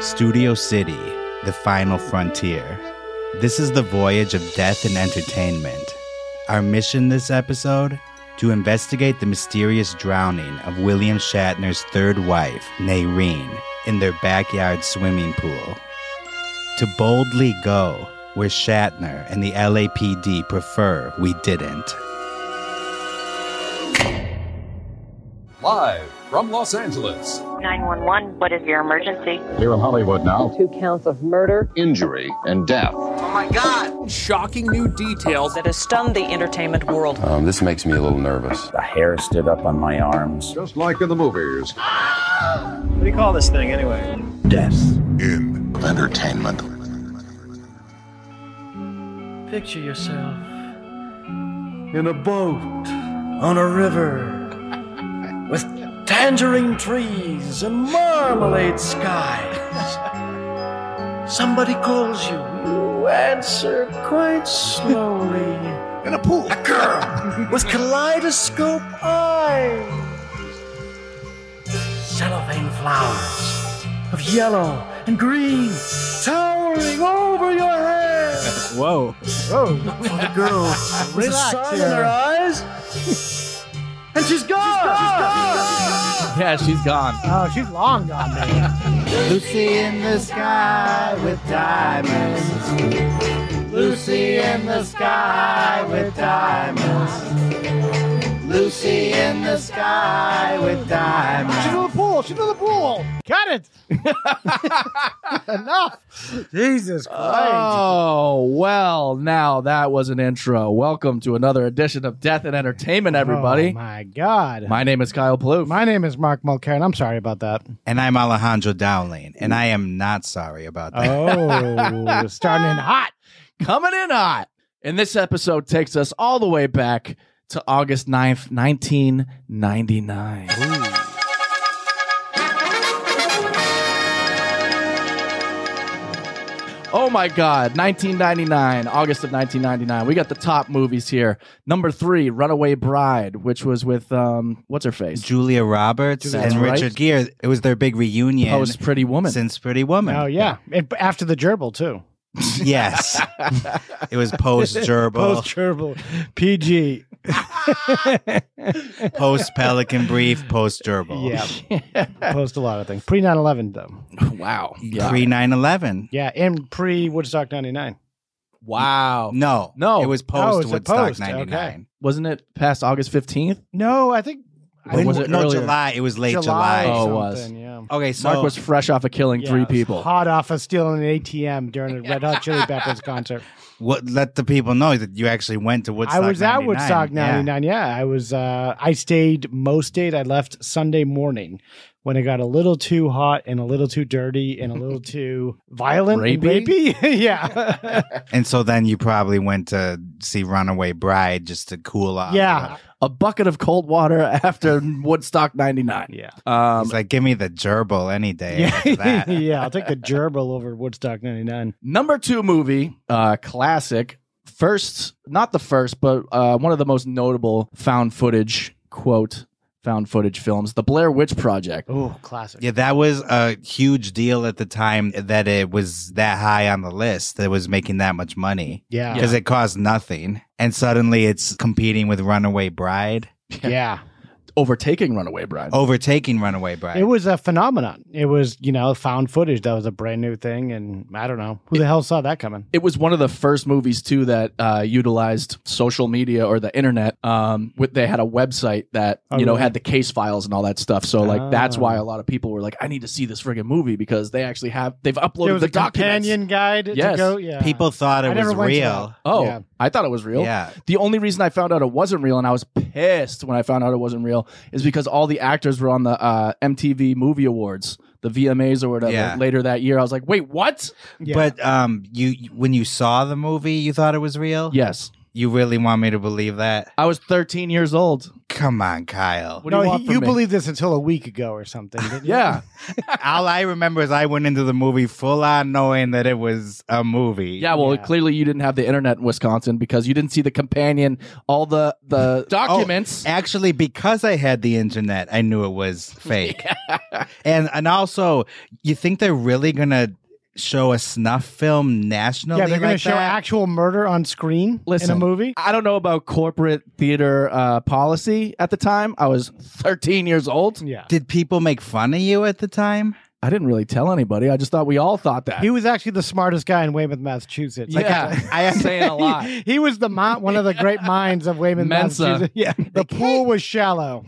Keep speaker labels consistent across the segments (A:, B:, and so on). A: Studio City, The Final Frontier. This is the voyage of death and entertainment. Our mission this episode? To investigate the mysterious drowning of William Shatner's third wife, Naireen, in their backyard swimming pool. To boldly go where Shatner and the LAPD prefer we didn't.
B: Live from Los Angeles,
C: 911, what is your emergency?
D: Here in Hollywood now.
E: two counts of murder.
D: Injury and death.
F: shocking new details
G: that has stunned the entertainment world.
H: Um, this makes me a little nervous.
I: The hair stood up on my arms.
B: just like in the movies.
J: What do you call this thing anyway?
D: Entertainment.
J: Picture yourself in a boat on a river with tangerine trees and marmalade skies. Somebody calls you. You answer quite slowly. In a pool. A girl with kaleidoscope eyes. Cellophane flowers of yellow and green towering over your head.
A: Whoa.
J: For the girl with the sun in her eyes. And she's gone!
K: Yeah, she's gone.
J: Oh, she's long gone, man.
A: Lucy in the sky with diamonds. Lucy in the sky with diamonds. Lucy in the sky with diamonds.
J: to the pool! She's to the pool! Cut it! Enough! Jesus Christ.
K: Oh, well, now that was an intro. Welcome to another edition of Death and Entertainment, everybody.
J: Oh, my God.
K: My name is Kyle Plouffe.
J: My name is Mark Mulcairn. I'm sorry about that.
A: And I'm Alejandro Dowling, and I am not sorry about that.
J: Oh, starting in hot.
K: Coming in hot. And this episode takes us all the way back to August 9th, 1999. Oh my God, 1999, August of 1999. We got the top movies here. Number three, Runaway Bride, which was with, um, what's her face?
A: Julia Roberts
K: Julia
A: and
K: Roberts.
A: Richard Gere. It was their big reunion
K: Post Pretty Woman.
A: since Pretty Woman.
J: Oh, yeah. And after the gerbil, too.
A: Yes. it was post gerbil,
J: gerbil. PG.
A: post Pelican Brief, post
K: Oh,
A: gerbil.
J: Yeah. Post a lot of things. Pre 9 11, though.
K: wow. Yeah.
A: Pre 9 11.
J: Yeah. And pre Woodstock 99.
K: wow.
A: No.
K: No.
A: It was
J: Oh,
A: post
J: it's a
A: Woodstock
J: post,
A: 99.
K: Wasn't it past August 15th?
J: No, I think
K: When was it
A: no,
K: earlier?
A: July. Ah, It was late July.
J: July.
K: Oh,
J: Oh,
K: it was.
J: was. Yeah.
A: Okay, so
K: Mark was fresh off of killing
J: Yeah,
K: three
J: it was
K: people.
J: Hot off of stealing an ATM during a Red Hot Chili Peppers concert.
A: what, let the people know that you actually went to Woodstock
J: I was
A: 99.
J: at Woodstock
A: Yeah.
J: 99. Yeah. I was, uh, I stayed most days. I left Sunday morning when it got a little too hot and a little too dirty and a little too violent. and
K: Rapey?
J: rapey. yeah.
A: And so then you probably went to see Runaway Bride just to cool off.
J: yeah.
K: a bucket of cold water after Woodstock 99.
J: Yeah.
K: Um,
A: It's like, give me the gerbil any day. After that.
J: yeah. I'll take the gerbil over Woodstock 99.
K: number two movie, uh, classic. First, not the first, but uh, one of the most notable found footage, quote, found footage films, The Blair Witch Project.
J: Oh, classic.
A: Yeah, that was a huge deal at the time that it was that high on the list that it was making that much money
J: Yeah.
A: because it cost nothing. And suddenly it's competing with Runaway Bride,
J: yeah.
K: Overtaking Runaway Bride.
A: overtaking Runaway Bride.
J: It was a phenomenon. It was, you know, found footage. That was a brand new thing. And I don't know who the hell saw that coming.
K: It was one of the first movies too that uh, utilized social media or the internet. Um, with they had a website that
J: Oh,
K: you know
J: really?
K: had the case files and all that stuff. So like that's
J: Ah.
K: why a lot of people were like, I need to see this friggin' movie because they actually have they've
J: There
K: uploaded
J: was
K: the
J: a
K: documents.
J: companion guide
K: Yes.
J: to go. Yeah.
A: People thought it
J: I never
A: was
J: went to
A: real.
J: that.
K: Oh,
J: Yeah.
K: I thought it was real.
A: Yeah.
K: The only reason I found out it wasn't real and I was pissed when I found out it wasn't real is because all the actors were on the uh, MTV Movie Awards, the VMAs or whatever,
A: Yeah.
K: later that year. I was like, wait, what?
J: Yeah.
A: But um, you when you saw the movie, you thought it was real.
K: Yes.
A: You really want me to believe that?
K: I was 13 years old.
A: Come on, Kyle.
K: What do you
J: no,
K: want
J: he-
K: from
J: you
K: me?
J: believed this until a week ago or something. Didn't you?
K: Yeah.
A: All I remember is I went into the movie full on knowing that it was a movie.
K: Yeah, well,
J: Yeah.
K: clearly you didn't have the internet in Wisconsin because you didn't see the companion, all the the
A: Oh,
K: documents.
A: actually, because I had the internet, I knew it was fake. And and also, you think they're really gonna show a snuff film nationally?
J: yeah, they're going
A: like
J: to show
A: that?
J: actual murder on
A: Oh,
J: screen in
K: Listen.
J: a movie.
K: I don't know about corporate theater uh, policy at the time. I was 13 years old.
J: Yeah.
A: Did people make fun of you at the time?
K: I didn't really tell anybody. I just thought we all thought that.
J: He was actually the smartest guy in Weymouth, Massachusetts. Like,
K: yeah, I am saying a lot.
J: he, he was the mon- one of the great minds of Weymouth,
K: Mensa.
J: Massachusetts. Yeah, the pool was shallow.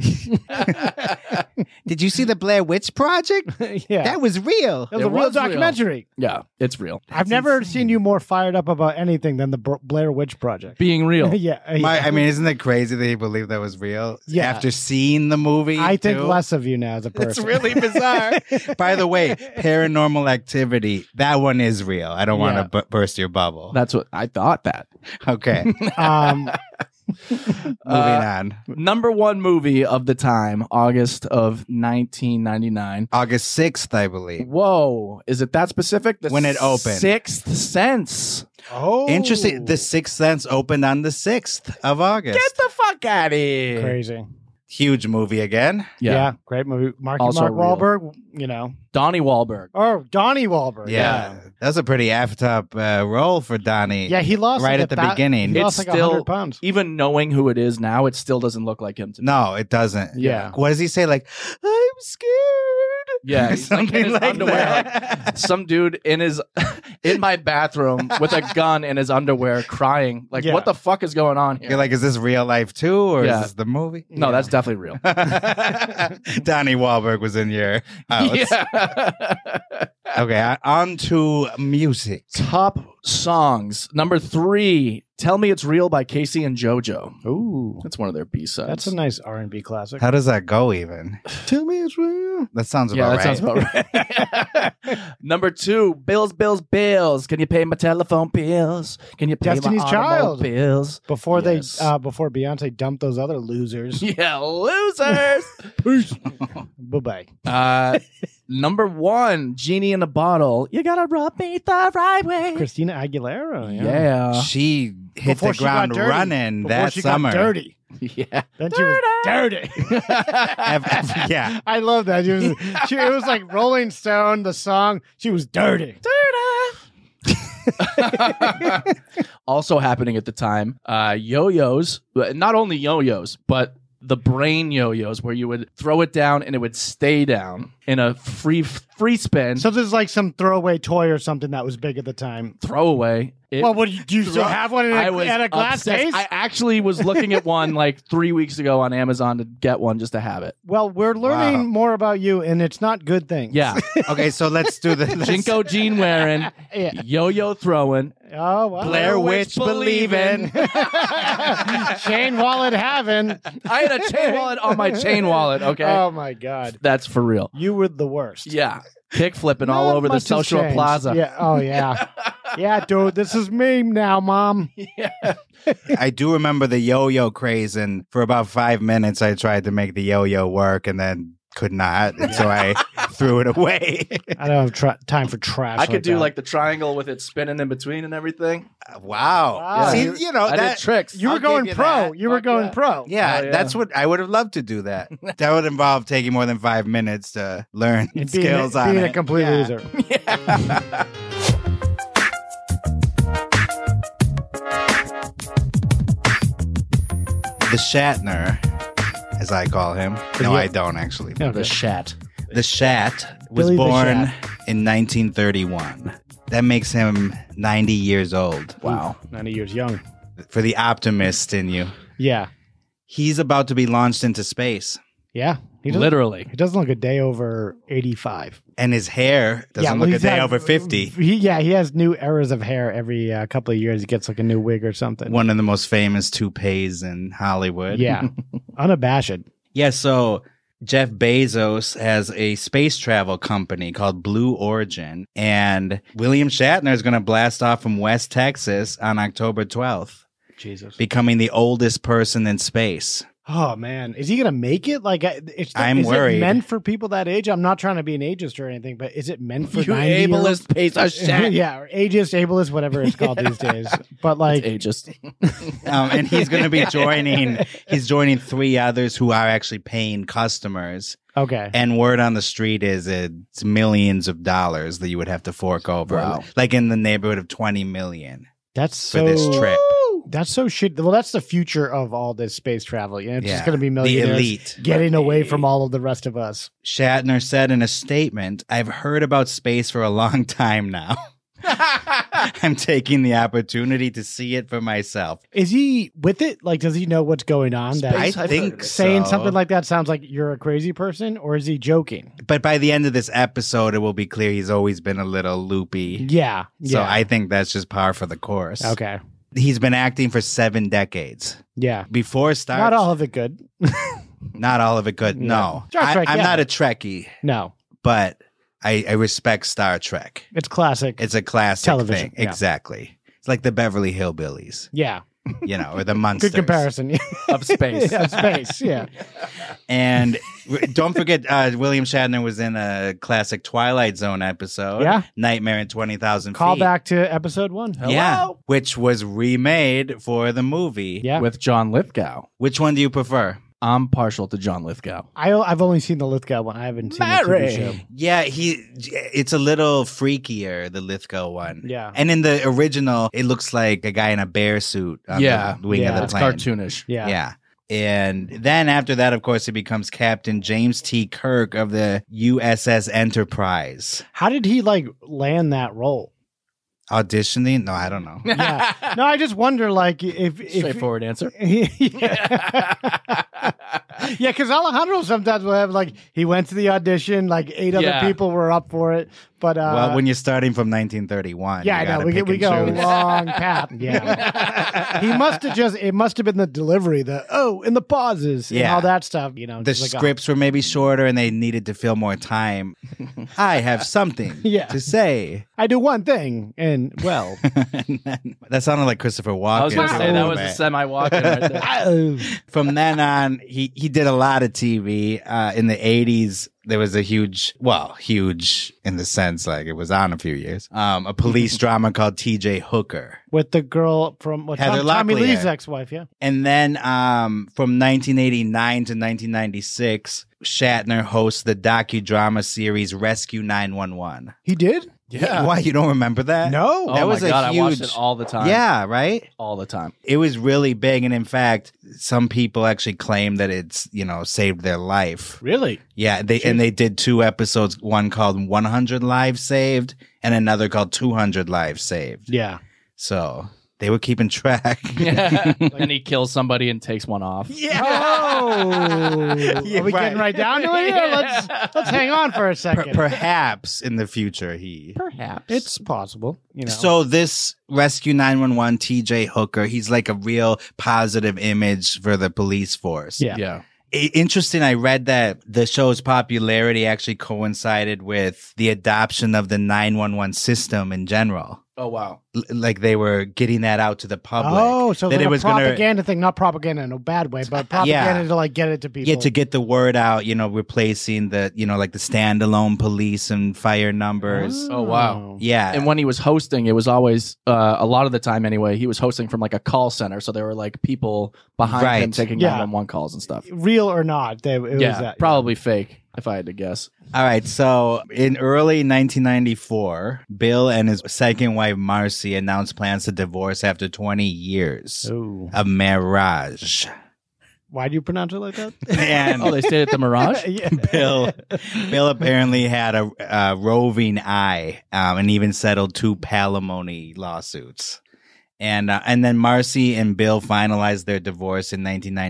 A: Did you see the Blair Witch Project?
J: yeah,
A: That was real.
J: That was
K: It
J: a real
K: was real.
J: documentary.
K: Yeah, it's real.
J: I've never seen you more fired up about anything than the Br- Blair Witch Project.
K: Being real.
J: yeah, uh,
A: My,
J: yeah.
A: I mean, isn't it crazy that he believed that was real?
J: Yeah.
A: After seeing the movie,
J: I think
A: too?
J: less of you now as a person.
A: It's really bizarre. By the way, paranormal activity, that one is real. I don't
J: Yeah.
A: want to bu- burst your bubble.
K: That's what I thought that.
A: okay, moving
J: um,
A: on.
K: Uh, Number one movie of the time, August of 1999.
A: August 6th, I believe.
K: Whoa, is it that specific? The
A: When it opened.
K: Sixth Sense.
J: oh,
A: Interesting. The Sixth Sense opened on the 6th of August.
K: Get the fuck out of here.
J: crazy.
A: Huge movie again.
J: Yeah.
K: Yeah.
J: great movie. Marky
K: Also
J: Mark
K: real.
J: Wahlberg, you know,
K: Donnie Wahlberg.
J: or Donnie Wahlberg.
A: Yeah. That was a pretty effed up uh, role for Donnie.
J: yeah, he lost
A: Right
J: like
A: at the
J: a thou-
A: beginning.
J: He
A: It's
J: lost like a hundred pounds.
K: Even knowing who it is now, it still doesn't look like him to me.
A: No, it doesn't.
J: Yeah.
A: What does he say? Like, I'm scared.
K: Yeah, he's, like, in
A: Something
K: his
A: like
K: underwear,
A: that.
K: like, some dude in his in my bathroom with a gun in his underwear, crying. Like,
J: Yeah.
K: what the fuck is going on here?
A: You're like, is this real life too, or
K: Yeah.
A: is this the movie?
K: no, that's definitely real.
A: Donnie Wahlberg was in your house.
K: yeah.
A: Okay, on- on to music.
K: Top songs number three. Tell me it's real by Casey and JoJo.
J: Ooh,
K: That's one of their B sides.
J: that's a nice R and B classic.
A: How does that go? Even
J: Tell me it's real.
A: that sounds
K: yeah,
A: about
K: that
A: right.
K: sounds about right. Number two, bills, bills, bills. Can you pay my telephone bills? Can you pay
J: Destiny's
K: my
J: Child.
K: bills?
J: Before
K: Yes.
J: they, uh, before Beyonce dumped those other losers.
K: Yeah, losers.
J: bye bye.
K: uh, number one, genie in a bottle. You gotta rub me the right way.
J: Christina Aguilera. Yeah.
K: yeah,
A: she hit
J: Before
A: the
J: she got
A: ground
J: dirty.
A: running
J: Before
A: that
J: she
A: summer.
J: Got dirty.
K: yeah.
J: Then she was dirty.
A: Ev- ev- yeah,
J: I love that. She was, she, it was like Rolling Stone, the song. She was dirty.
K: also happening at the time, uh, yo-yos. but Not only yo-yos, but the brain yo-yos, where you would throw it down and it would stay down in a free free spin.
J: So this is like some throwaway toy or something that was big at the time.
K: throwaway. It-
J: well, what do you, do you still
K: Throw-
J: have one in a,
K: I was
J: at a glass
K: obsessed.
J: case?
K: I actually was looking at one like three weeks ago on Amazon to get one just to have it.
J: well, we're learning
A: Wow.
J: more about you, and it's not good things.
K: Yeah.
A: okay, so let's do the let's-
K: Jinko jean wearing,
J: Yeah.
K: yo-yo throwing,
J: Oh, wow.
A: Blair Witch believing.
J: chain wallet having.
K: I had a chain wallet on my chain wallet. Okay,
J: Oh my god,
K: that's for real.
J: you were the worst.
K: Yeah, kick flipping all
J: Not
K: over the
J: much has
K: social
J: changed.
K: plaza.
J: Yeah. Oh yeah. yeah, dude. This is me now, mom.
A: I do remember the yo-yo craze, and for about five minutes, I tried to make the yo-yo work, and then could not, and so I threw it away.
J: I don't have tra- time for trash.
K: I could do
J: that.
K: like the triangle with it spinning in between and everything.
A: wow.
J: Wow.
A: See,
J: Yeah.
A: you know
K: I
A: that
K: did tricks.
J: you were
A: I'll give
J: going
A: you
J: pro.
A: that.
J: You were
K: Fuck
J: going
K: yeah.
J: pro.
A: Yeah,
K: Hell yeah.
A: that's what I would have loved to do that. that would involve taking more than five minutes to learn
J: And being,
A: skills on
J: being
A: it.
J: a complete
A: Yeah.
J: loser.
A: The Shatner, as I call him. No,
J: you-
A: I don't actually.
J: Okay.
K: shat.
A: The Shat was
J: Billy the
A: born
J: Shat.
A: in 1931. That makes him 90 years old.
K: Wow.
J: 90 years young.
A: For the optimist in you,
J: Yeah.
A: he's about to be launched into space,
J: Yeah. He doesn't,
K: Literally.
J: He doesn't look a day over 85.
A: and his hair doesn't
J: yeah, well,
A: look a
J: he's
A: day
J: had-
A: over 50.
J: He, yeah, he has new eras of hair every uh, couple of years. He gets like a new wig or something.
A: One of the most famous toupees in Hollywood.
J: Yeah. Unabashed.
A: Yeah, so Jeff Bezos has a space travel company called Blue Origin, and William Shatner is going to blast off from West Texas on October 12th,
J: Jesus.
A: becoming the oldest person in space.
J: Oh man, is he gonna make it? Like, I- it's
A: I'm
J: is it
A: worried.
J: meant for people that age. I'm not trying to be an ageist or anything, but is it meant for
K: You
J: 90 year olds?
K: ableist piece of shit.
J: yeah, or ageist, ableist, whatever it's called these days. But like,
K: Ageist.
A: um, and he's going to be joining. He's joining three others who are actually paying customers.
J: okay,
A: And word on the street is it's millions of dollars that you would have to fork over,
K: Wow.
A: like in the neighborhood of twenty million
J: that's
A: for
J: so
A: this trip.
J: That's so shit. Well, that's the future of all this space travel. You know, it's
A: Yeah,
J: just gonna be
A: the
J: millionaires
A: elite.
J: getting away from all of the rest of us.
A: Shatner said in a statement, "I've heard about space for a long time now. I'm taking the opportunity to see it for myself."
J: Is he with it? Like, does he know what's going on?
A: I
J: That
K: I've heard of
A: think
K: it.
J: saying
A: so.
J: something like that sounds like you're a crazy person, or is he joking?
A: But by the end of this episode, it will be clear he's always been a little loopy.
J: Yeah.
A: So
J: yeah.
A: I think that's just par for the course.
J: okay.
A: He's been acting for seven decades.
J: Yeah.
A: Before Star
J: Not all of it good.
A: not all of it good.
J: Yeah.
A: No.
J: Star Trek,
A: I, am
J: yeah.
A: not a Trekkie,
J: No,
A: but I, I respect Star Trek.
J: it's classic.
A: It's a classic
J: Television,
A: thing.
J: yeah.
A: Exactly. It's like the Beverly Hillbillies,
J: yeah.
A: you know, or the Munsters.
J: Good comparison.
K: Of space.
J: yeah, space. Yeah.
A: And w- don't forget, uh, William Shatner was in a classic Twilight Zone episode.
J: Yeah.
A: Nightmare in 20,000
J: Call
A: Feet.
J: back to episode one.
A: Yeah.
K: Hello?
A: Which was remade for the movie.
J: Yeah.
K: With John Lithgow.
A: Which one do you prefer?
K: I'm partial to John Lithgow.
J: I, I've only seen the Lithgow one. I haven't seen the TV
K: Mary.
J: show.
A: Yeah, he. It's a little freakier the Lithgow one.
J: Yeah.
A: and in the original, it looks like a guy in a bear suit. On
K: Yeah.
A: the wing
J: Yeah.
A: of the
K: It's
A: plane.
K: cartoonish.
J: Yeah.
A: Yeah. And then after that, of course, he becomes Captain James T. Kirk of the USS Enterprise.
J: How did he like land that role?
A: Auditioning? No, I don't know.
J: Yeah. no, I just wonder like if if
K: Straightforward answer.
J: yeah, because Alejandro sometimes will have like he went to the audition, like eight
K: Yeah.
J: other people were up for it, but uh,
A: well, when you're starting from 1931,
J: yeah,
A: you
J: I know
A: gotta
J: we,
A: pick
J: we
A: and
J: go a
A: choose.
J: long path. Yeah, he must have just it must have been the delivery, the oh, and the pauses, and
A: Yeah.
J: all that stuff. You know,
A: The
J: just like, oh,
A: scripts were maybe shorter, and they needed to fill more time. I have something
J: Yeah.
A: to say.
J: I do one thing, and well,
A: And then- that sounded like Christopher Walken.
K: I was going to
A: for a
K: say that
A: little
K: was a
A: bit.
K: semi walking right there.
J: oh,
A: From then on, he he did a lot of TV. Uh, in the '80s, there was a huge, well, huge in the sense like it was on a few years. Um, a police drama called T.J. Hooker,
J: with the girl from what
A: Heather
J: Tom, Tommy
A: Locklear.
J: Lee's ex-wife, yeah,
A: and then um, from 1989 to 1996, Shatner hosts the docudrama series Rescue 911.
J: he did.
K: Yeah.
A: Why you don't remember that?
J: No.
K: Oh
A: that
K: my
A: was a
K: God.
A: huge.
K: I watched it all the time.
A: Yeah, right.
K: All the time.
A: it was really big and in fact some people actually claim that it's you know saved their life
J: Really?
A: yeah they and they did two episodes one called 100 lives saved and another called 200 lives saved
J: Yeah.
A: so they were keeping track
K: and he kills somebody and takes one off.
A: yeah
J: Oh,
A: Yeah,
J: are we
A: right.
J: getting right down to it? Yeah, let's let's hang on for a second.
A: perhaps in the future he
K: Perhaps.
J: it's possible, you know.
A: So this Rescue 911 TJ Hooker, he's like a real positive image for the police force.
J: yeah,
K: yeah.
A: I- interesting. I read that the show's popularity actually coincided with the adoption of the 911 system in general.
K: Oh, wow.
A: L- like they were getting that out to the public.
J: Oh, so
A: that
J: like
A: it
J: a
A: was gonna-
J: propaganda thing, not propaganda in a bad way, but propaganda to like get it to people.
A: Yeah, to get the word out, you know, replacing the, you know, like the standalone police and fire numbers.
K: Oh, wow.
A: Yeah.
K: And when he was hosting, it was always uh, a lot of the time anyway. He was hosting from like a call center, so there were like people behind him
A: Right.
K: taking
J: Yeah.
K: 911 calls and stuff.
J: Real or not, they, it was
K: yeah,
J: that.
K: probably fake if I had to guess.
A: All right. So in early 1994, Bill and his second wife, Marcy, announced plans to divorce after 20 years
J: Ooh.
A: of marriage.
J: Why do you pronounce it like that?
A: And
K: Oh, they stayed at the Mirage.
J: yeah.
A: Bill, Bill apparently had a, a roving eye, um, and even settled two palimony lawsuits. And uh, and then Marcy and Bill finalized their divorce in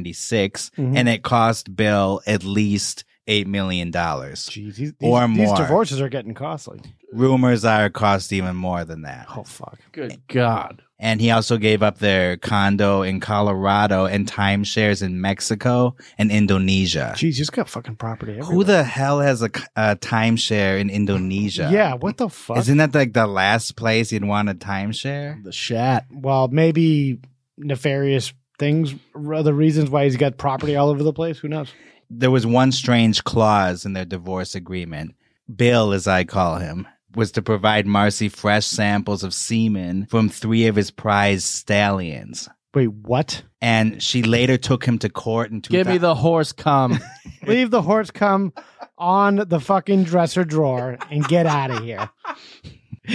A: 1996,
J: Mhm.
A: and it cost Bill at least eight million dollars.
J: Jeez, these,
A: Or
J: these-
A: more.
J: These divorces are getting costly.
A: Rumors are it cost even more than that.
J: Oh fuck.
K: Good God.
A: And he also gave up their condo in Colorado and timeshares in Mexico and Indonesia.
J: Jeez, he's got fucking property.
A: Who
J: everywhere.
A: the hell has a, c- a timeshare in Indonesia?
J: Yeah, what the fuck?
A: Isn't that like the last place you'd want a timeshare?
K: The Shat.
J: well, maybe nefarious things, or other reasons why he's got property all over the place. Who knows?
A: There was one strange clause in their divorce agreement. Bill, as I call him, was to provide Marcy fresh samples of semen from three of his prized stallions.
J: Wait, what?
A: And she later took him to court in 2000-
K: Give me the horse cum.
J: Leave the horse cum on the fucking dresser drawer and get out of here.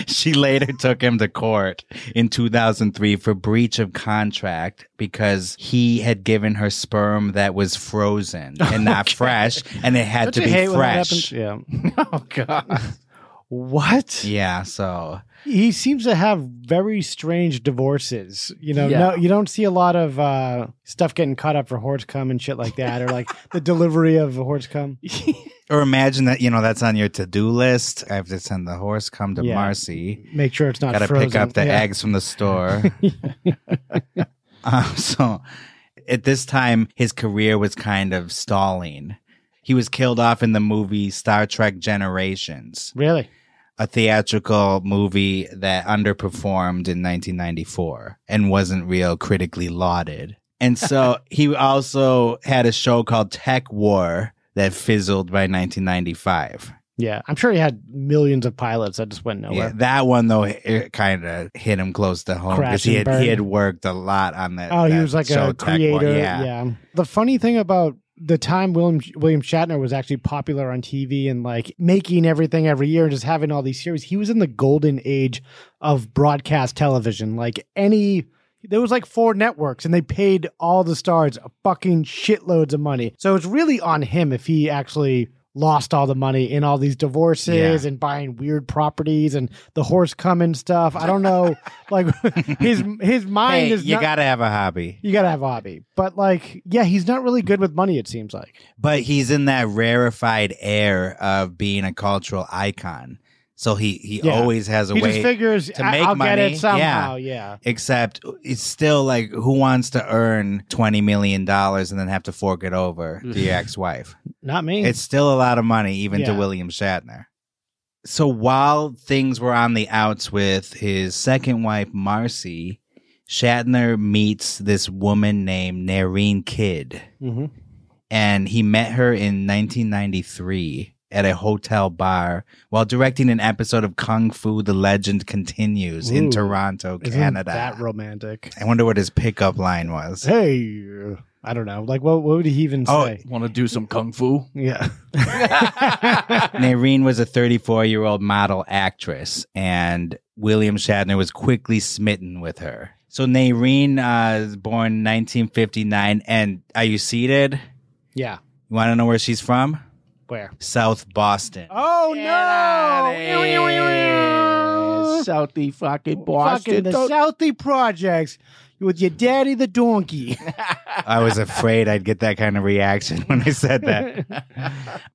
A: She later took him to court in 2003 for breach of contract because he had given her sperm that was frozen and not fresh, and it had
J: Don't
A: to
J: you
A: be
J: hate when that
A: fresh.
J: happens? Yeah.
K: oh god.
J: What?
A: Yeah, so
J: He seems to have very strange divorces. You know,
K: Yeah.
J: no, you don't see a lot of uh, stuff getting caught up for horse cum and shit like that, or like the delivery of horse cum.
A: or imagine that you know that's on your to-do list. I have to send the horse come to
J: Yeah.
A: Marcy.
J: Make sure it's not
A: Got to
J: frozen.
A: pick up the
J: Yeah.
A: eggs from the store. um, so at this time, his career was kind of stalling. He was killed off in the movie Star Trek Generations.
J: Really?
A: a theatrical movie that underperformed in 1994 and wasn't real critically lauded. And so he also had a show called Tech War that fizzled by 1995.
J: Yeah. I'm sure he had millions of pilots that just went
A: Yeah,
J: nowhere.
A: that one though it kind of hit him close to home
J: Crash
A: because he
J: and
A: had he
J: burn.
A: had worked a lot on that.
J: Oh, he
A: that
J: was like
A: show,
J: a
A: Tech War.
J: creator.
A: Yeah.
J: The funny thing about the time William William Shatner was actually popular on TV and like making everything every year and just having all these series, he was in the golden age of broadcast television. Like any there was like four networks and they paid all the stars fucking shitloads of money. So it's really on him if he actually lost all the money in all these divorces and buying weird properties and the horse coming stuff. I don't know. like his his mind
A: Hey,
J: is
A: you
J: not-
A: gotta have a hobby.
J: you gotta have a hobby, but like, yeah, he's not really good with money. It seems like.
A: but he's in that rarefied air of being a cultural icon. So he he
J: Yeah.
A: always has a
J: He
A: way
J: just figures
A: to
J: I-
A: make
J: I'll get
A: money.
J: it somehow. Yeah.
A: Except it's still like who wants to earn twenty million dollars and then have to fork it over to your ex-wife?
J: not me.
A: It's still a lot of money, even to
J: Yeah.
A: William Shatner. So while things were on the outs with his second wife, Marcy, Shatner meets this woman named Nareen Kidd.
J: Mhm.
A: and he met her in 1993 at a hotel bar while directing an episode of Kung Fu The Legend Continues in
J: Ooh.
A: Toronto,
J: Isn't
A: Canada.
J: That romantic.
A: I wonder what his pickup line was.
J: Hey, I don't know. Like, what? What would he even
A: Oh.
J: say?
K: Want to do some kung fu?
J: Yeah.
A: Nareen was a 34 year old model actress, and William Shatner was quickly smitten with her. So Nareen uh, is born 1959, and are you seated?
J: Yeah.
A: You want to know where she's from?
J: Where?
A: South Boston.
J: Oh no!
K: Southie fucking
J: Fucking the Southie projects with your daddy the donkey.
A: I was afraid I'd get that kind of reaction when I said that.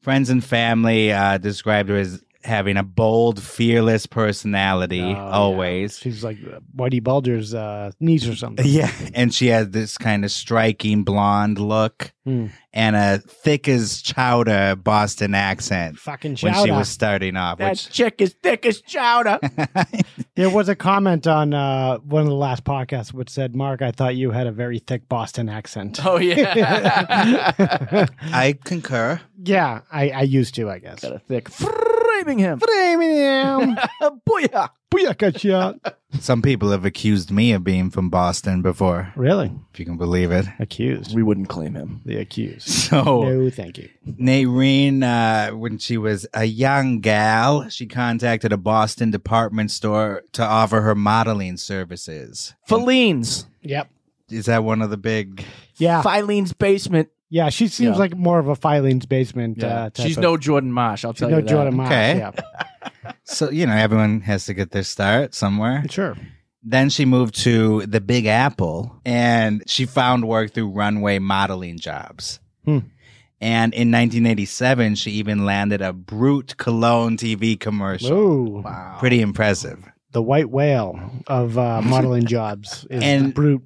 A: Friends and family uh, described her as having a bold, fearless personality,
J: Oh, yeah.
A: always.
J: She's like uh, Whitey Bulger's uh, niece or something.
A: Yeah. And she had this kind of striking blonde look
J: Hmm.
A: and a thick as chowder Boston accent
J: Fucking
A: when she
J: chowder.
A: was starting off. Which,
K: chick is thick as chowder.
J: There was a comment on uh, one of the last podcasts which said, "Mark, I thought you had a very thick Boston accent."
K: oh yeah.
A: I concur.
J: Yeah, I, I used to, I guess.
K: Got a thick framing him.
J: Booyaka
K: Booyah.
J: shot.
A: Some people have accused me of being from Boston before,
J: Really?
A: if you can believe it.
J: Accused.
K: We wouldn't claim him.
J: The accused.
A: So.
J: No, Oh, thank you.
A: Nareen, uh, when she was a young gal, she contacted a Boston department store to offer her modeling services.
K: Feline's.
J: Yep.
A: Is that one of the big?
J: Yeah.
K: Filene's basement.
J: Yeah. She seems
K: Yeah.
J: like more of a Filene's basement. Uh, type
K: She's
J: of-
K: no Jordan Marsh, I'll
J: she's
K: tell
J: no
K: you that.
J: Jordan Moss.
A: Okay.
J: Yeah.
A: So you know, everyone has to get their start somewhere.
J: Sure.
A: Then she moved to the Big Apple, and she found work through runway modeling jobs.
J: Hmm.
A: And in 1987, she even landed a Brute Cologne TV commercial.
J: Ooh.
A: Pretty impressive.
J: The white whale of uh, modeling jobs is
A: And-
J: brute.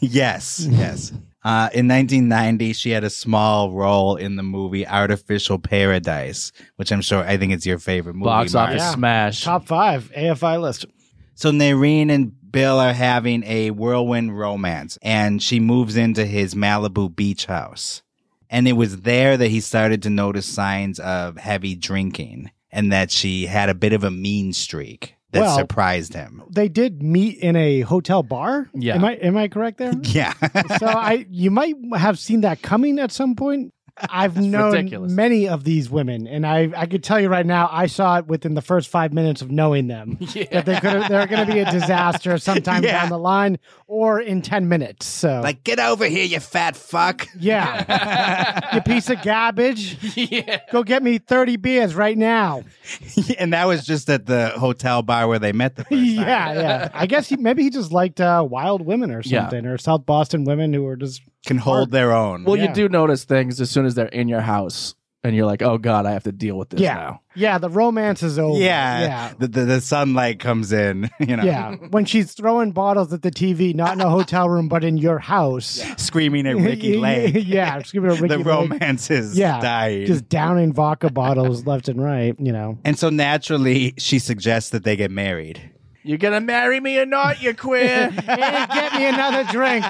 A: Yes, yes. Uh, in 1990, she had a small role in the movie Artificial Paradise, which I'm sure I think it's your favorite movie.
K: Box
A: Mark.
K: office
J: Yeah.
K: smash.
J: Top five AFI list.
A: So Nareen and Bill are having a whirlwind romance, and she moves into his Malibu beach house. And it was there that he started to notice signs of heavy drinking and that she had a bit of a mean streak that
J: Well-
A: surprised him.
J: They did meet in a hotel bar.
K: Yeah.
J: Am I am I correct there?
A: Yeah.
J: so I you might have seen that coming at some point. I've known
K: ridiculous.
J: many of these women, and I I could tell you right now, I saw it within the first five minutes of knowing them that they could they're going to be a disaster sometime
A: Yeah.
J: down the line or in ten minutes. So
A: like, get over here, you fat fuck.
J: yeah, you piece of garbage,
K: yeah.
J: go get me thirty beers right now.
A: and that was just at the hotel bar where they met the first time.
J: yeah, yeah. I guess he maybe he just liked uh, wild women or
K: Yeah.
J: something, or South Boston women who were just
A: Can hold their own.
K: Well,
J: Yeah.
K: you do notice things as soon as they're in your house, and you're like, "Oh God, I have to deal with this
J: yeah,
K: now."
J: yeah. The romance is over.
A: yeah.
J: yeah.
A: The, the, the sunlight comes in, you know,
J: Yeah, when she's throwing bottles at the TV, not in a hotel room, but in your house.
A: screaming at Ricky Lake.
J: yeah, just giving her Ricky
A: the
J: Lake.
A: romance is
J: Yeah,
A: dying.
J: Just downing vodka bottles left and right, you know.
A: and so naturally, she suggests that they get married.
K: You're gonna marry me or not? You queer?
J: Hey, get me another drink.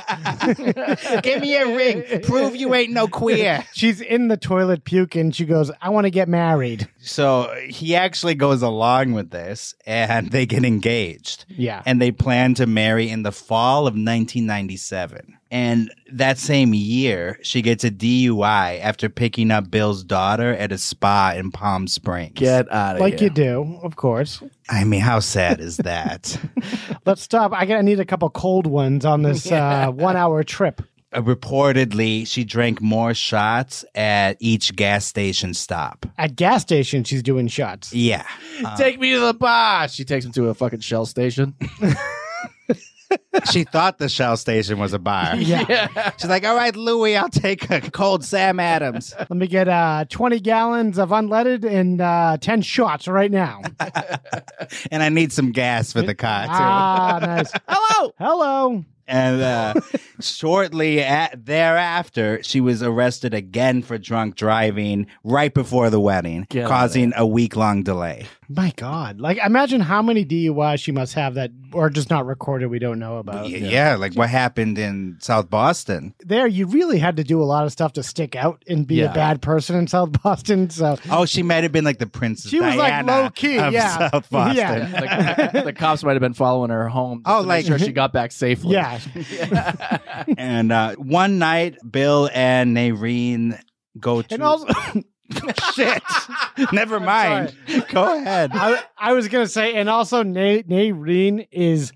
A: Give me a ring. Prove you ain't no queer.
J: She's in the toilet puking. She goes, I want to get married.
A: So he actually goes along with this and they get engaged.
J: Yeah.
A: And they plan to marry in the fall of 1997. And that same year, she gets a DUI after picking up Bill's daughter at a spa in Palm Springs.
K: Get out of
J: like
K: here!
J: you do, of course.
A: I mean, how sad is that?
J: Let's stop. I got to need a couple cold ones on this uh, one hour trip.
A: Uh, Reportedly, she drank more shots at each gas station stop.
J: At gas station, she's doing shots.
A: Yeah.
K: Take me to the bar. She takes him to a fucking shell station.
A: she thought the Shell station was a bar.
J: Yeah.
A: She's like, all right, Louie, I'll take a cold Sam Adams.
J: Let me get uh, 20 gallons of unleaded and uh, 10 shots right now.
A: and I need some gas for the car, too.
J: ah, nice.
K: Hello.
J: Hello.
A: and uh, shortly at, thereafter, she was arrested again for drunk driving right before the wedding,
K: Get out of
A: causing a week long delay.
J: My God. Like, imagine how many DUIs she must have that are just not recorded, we don't know about.
A: yeah. like what happened in South Boston.
J: There, you really had to do a lot of stuff to stick out and be
K: Yeah.
J: a bad person in South Boston. So
A: Oh, she might have been like the princess.
J: she was like
A: Diana
J: low key.
A: of
J: Yeah.
A: South Boston.
J: Yeah.
K: The, the cops might have been following her home. Just
A: Oh,
K: to
A: like-
K: make sure she got back safely.
J: Yeah.
A: And uh, one night, Bill and Nairine go to.
J: And also,
A: Shit. Never mind. Go ahead.
J: I, I was going to say, and also, Na- Naireen is.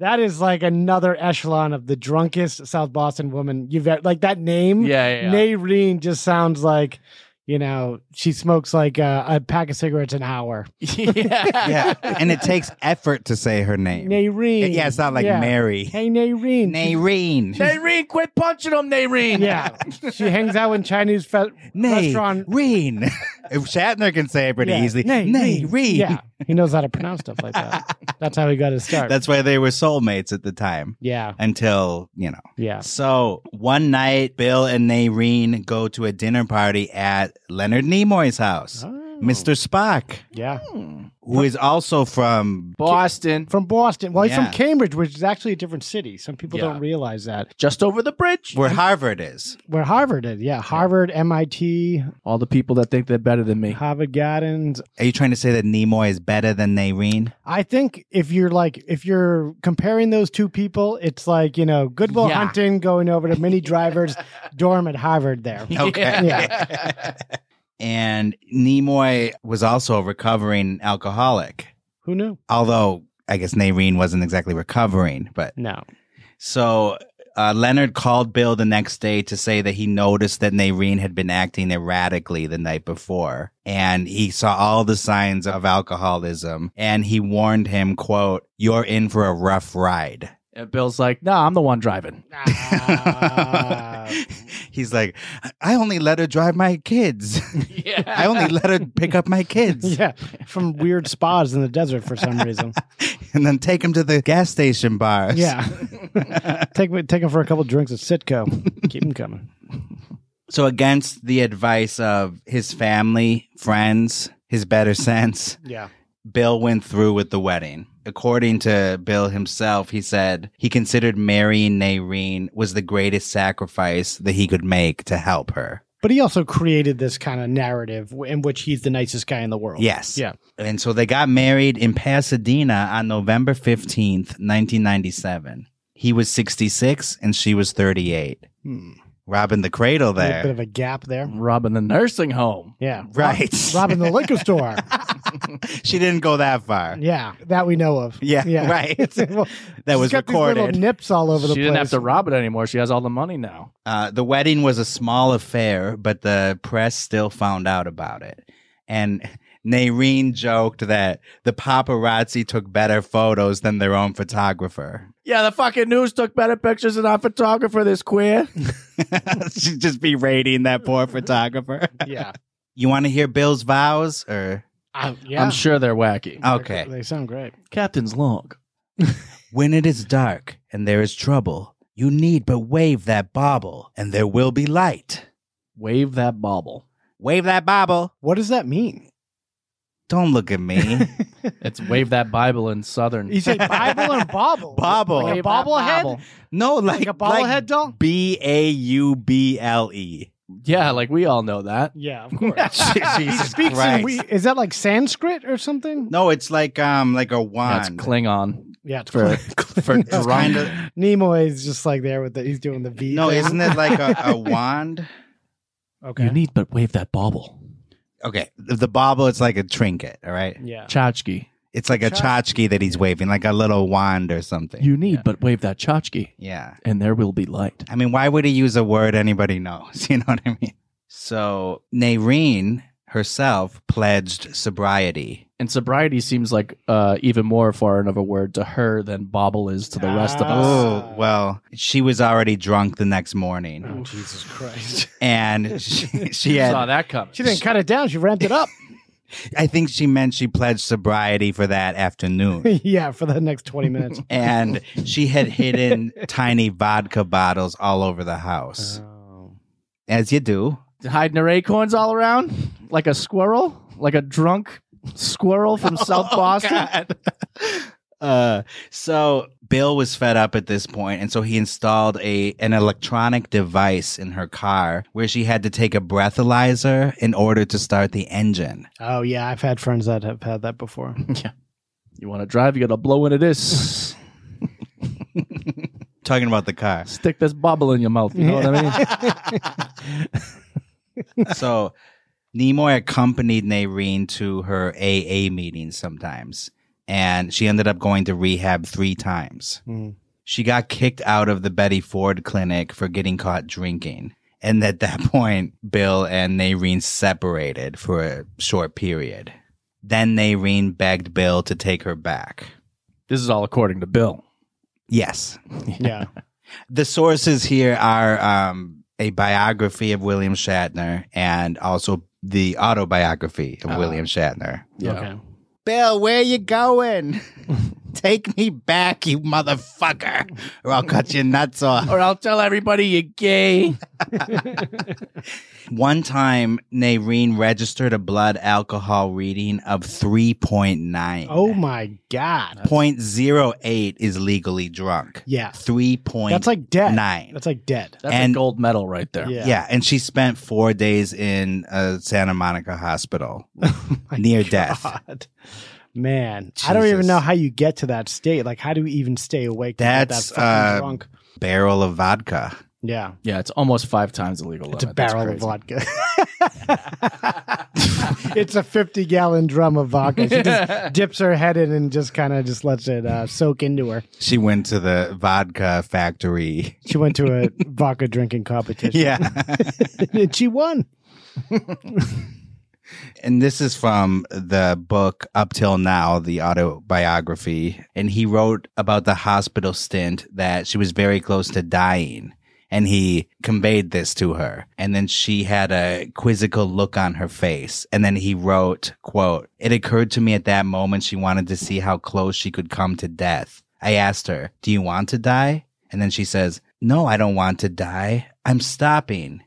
J: That is like another echelon of the drunkest South Boston woman you've ever like that name.
K: Yeah, yeah, yeah.
J: Naireen just sounds like, you know, she smokes like uh, a pack of cigarettes an hour.
K: yeah.
A: Yeah. And it takes effort to say her name.
J: Naireen.
A: Yeah, it's not like
J: Yeah.
A: Mary.
J: Hey, Naireen.
A: Nairine.
K: Nairine, quit punching him, Nairine.
J: yeah. she hangs out in Chinese fe- restaurant.
A: Nairine. If Shatner can say it pretty
J: Yeah.
A: easily.
J: Naireen.
A: Nairine.
J: Yeah. He knows how to pronounce stuff like that. That's how he got his start.
A: That's why they were soulmates at the time.
J: yeah.
A: Until, you know.
J: Yeah.
A: So one night, Bill and Nairine go to a dinner party at Leonard Nimoy's house.
J: Oh.
A: Mr. Spock,
J: Yeah.
A: Hmm. who is also from
K: Boston.
J: From Boston. Well, he's
A: Yeah.
J: from Cambridge, which is actually a different city. Some people
K: Yeah.
J: don't realize that.
K: Just over the bridge.
A: where Harvard is.
J: Where Harvard is. Yeah. Harvard, MIT,
K: All the people that think they're better than me.
J: Harvard Gardens.
A: Are you trying to say that Nimoy is better than Nairine?
J: I think if you're like if you're comparing those two people, it's like you know Goodwill
K: Yeah.
J: Hunting going over to Mini Driver's dorm at Harvard. There,
A: Okay.
J: yeah,
A: And Nimoy was also a recovering alcoholic,
J: who knew?
A: although I guess Nairine wasn't exactly recovering. But
J: No,
A: so uh, Leonard called Bill the next day to say that he noticed that Nairine had been acting erratically the night before, and he saw all the signs of alcoholism, and he warned him, "quote You're in for a rough ride."
K: And Bill's like, nah, I'm the one driving.
J: Ah.
A: He's like, "I only let her drive my kids.
K: Yeah.
A: I only let her pick up my kids."
J: yeah, from weird spas in the desert for some reason.
A: and then take him to the gas station bars.
J: Yeah, take me- take him for a couple drinks at Sitco. Keep him coming.
A: So against the advice of his family, friends, his better sense,
J: Yeah,
A: Bill went through with the wedding. According to Bill himself, he said he considered marrying Nairine was the greatest sacrifice that he could make to help her.
J: But he also created this kind of narrative w- in which he's the nicest guy in the world.
A: Yes.
J: Yeah.
A: And so they got married in Pasadena on November 15th, 1997. He was 66 and she was 38.
J: Hmm.
A: Robbing the cradle
J: A little bit
A: there.
J: of a gap there.
K: Robbing the nursing home.
J: Yeah.
A: Right.
J: Robbing the liquor store.
A: she didn't go that far.
J: Yeah. That we know of.
A: Yeah, right.
J: Well,
A: That was
J: she's got These
A: recorded.
J: little nips all over
K: She
J: the place.
K: didn't have to rob it anymore. She has all the money now.
A: Uh, the wedding was a small affair, but the press still found out about it. And Nairine joked that the paparazzi took better photos than their own photographer.
K: Yeah, the fucking news took better pictures than our photographer this queer.
A: She'd just be rating that poor photographer.
J: Yeah.
A: You want to hear Bill's vows or
J: I, yeah.
K: I'm sure they're wacky.
A: okay.
J: They sound great.
K: Captain's log.
A: When it is dark and there is trouble, you need but wave that bauble and there will be light.
K: Wave that bauble.
A: Wave that bauble.
J: What does that mean?
A: Don't look at me.
K: It's wave that Bible in Southern.
J: You say Bible and bobble.
A: Bobble.
J: Like a
K: Wave that
J: bobblehead?
K: bauble.
A: no, like
J: Like a bobblehead doll?
A: B A U B L E.
K: Yeah, like we all know that.
J: Yeah, of course. he
A: Jesus
J: speaks in
A: Christ.
J: we- is that like Sanskrit or something?
A: No, it's like um like a
K: That's
A: wand.
K: Klingon.
J: Yeah, it's
K: For-
A: for
K: drunk.
A: kinda-
J: Nimoy is just like there with the he's doing the V.
A: No,
J: thing.
A: isn't it like a, a wand?
J: okay?
K: You need but wave that bauble.
A: Okay, the bauble it's like a trinket, all right?
J: yeah,
K: Tchotchke.
A: It's like a tchotchke that he's waving, like a little wand or something.
K: You need but wave that tchotchke,
A: yeah.
K: and there will be light.
A: I mean, why would he use a word anybody knows? You know what I mean? So Nairine herself pledged sobriety.
K: And sobriety seems like uh, even more foreign of a word to her than bauble is to the rest of us.
A: Oh, well, she was already drunk the next morning.
J: Oh, Jesus Christ!
A: And she, she
K: Saw
A: had,
K: that coming.
J: She didn't cut it down; she ramped it up.
A: I think she meant she pledged sobriety for that afternoon.
J: yeah, for the next twenty minutes.
A: and she had hidden tiny vodka bottles all over the house. As you do.
K: Oh. hiding her acorns all around like a squirrel, like a drunk squirrel from South Boston.
A: uh, so Bill was fed up at this point, and so he installed a an electronic device in her car where she had to take a breathalyzer in order to start the engine.
J: Oh yeah, I've had friends that have had that before.
K: You want to drive? You got to blow into this.
A: Talking about the car.
K: Stick this bubble in your mouth. You know what I mean?
A: so Nimoy accompanied Nairine to her AA meetings sometimes, and she ended up going to rehab three times.
J: Mm.
A: She got kicked out of the Betty Ford clinic for getting caught drinking. And at that point, Bill and Nairine separated for a short period. Then Nairine begged Bill to take her back.
K: This is all according to Bill.
A: Yes.
J: Yeah,
A: The sources here are um, a biography of William Shatner and also the autobiography of William Shatner.
K: Yeah.
A: Bill, where you going? Take me back, you motherfucker, or I'll cut your nuts off.
K: Or I'll tell everybody you're gay.
A: One time, Nairine registered a blood alcohol reading of 3.9.
J: Oh my god.
A: 0.08 is legally drunk.
J: Yeah,
A: 3.9.
J: that's like dead.
A: Nine.
J: That's like dead.
K: That's
A: And-
K: a gold medal right there.
J: Yeah.
A: Yeah, and she spent four days in a Santa Monica hospital, near death.
J: God. Man, I don't even
A: Jesus.
J: know how you get to that state. Like, how do you even stay awake? when you're
A: That's,
J: that fucking
A: uh,
J: drunk.
A: Barrel of vodka.
J: Yeah,
K: Yeah, it's almost five times the legal
J: it's a
K: limit. That's
J: barrel of
K: crazy.
J: vodka. it's a fifty-gallon drum of vodka. She just dips her head in and just kind of just lets it uh, soak into her.
A: She went to the vodka factory.
J: She went to a vodka drinking competition.
A: Yeah.
J: and she won.
A: And this is from the book Up Till Now, the autobiography. And he wrote about the hospital stint that she was very close to dying. And he conveyed this to her. And then she had a quizzical look on her face. And then he wrote, quote, It occurred to me at that moment she wanted to see how close she could come to death. I asked her, Do you want to die? And then she says, No, I don't want to die. I'm stopping.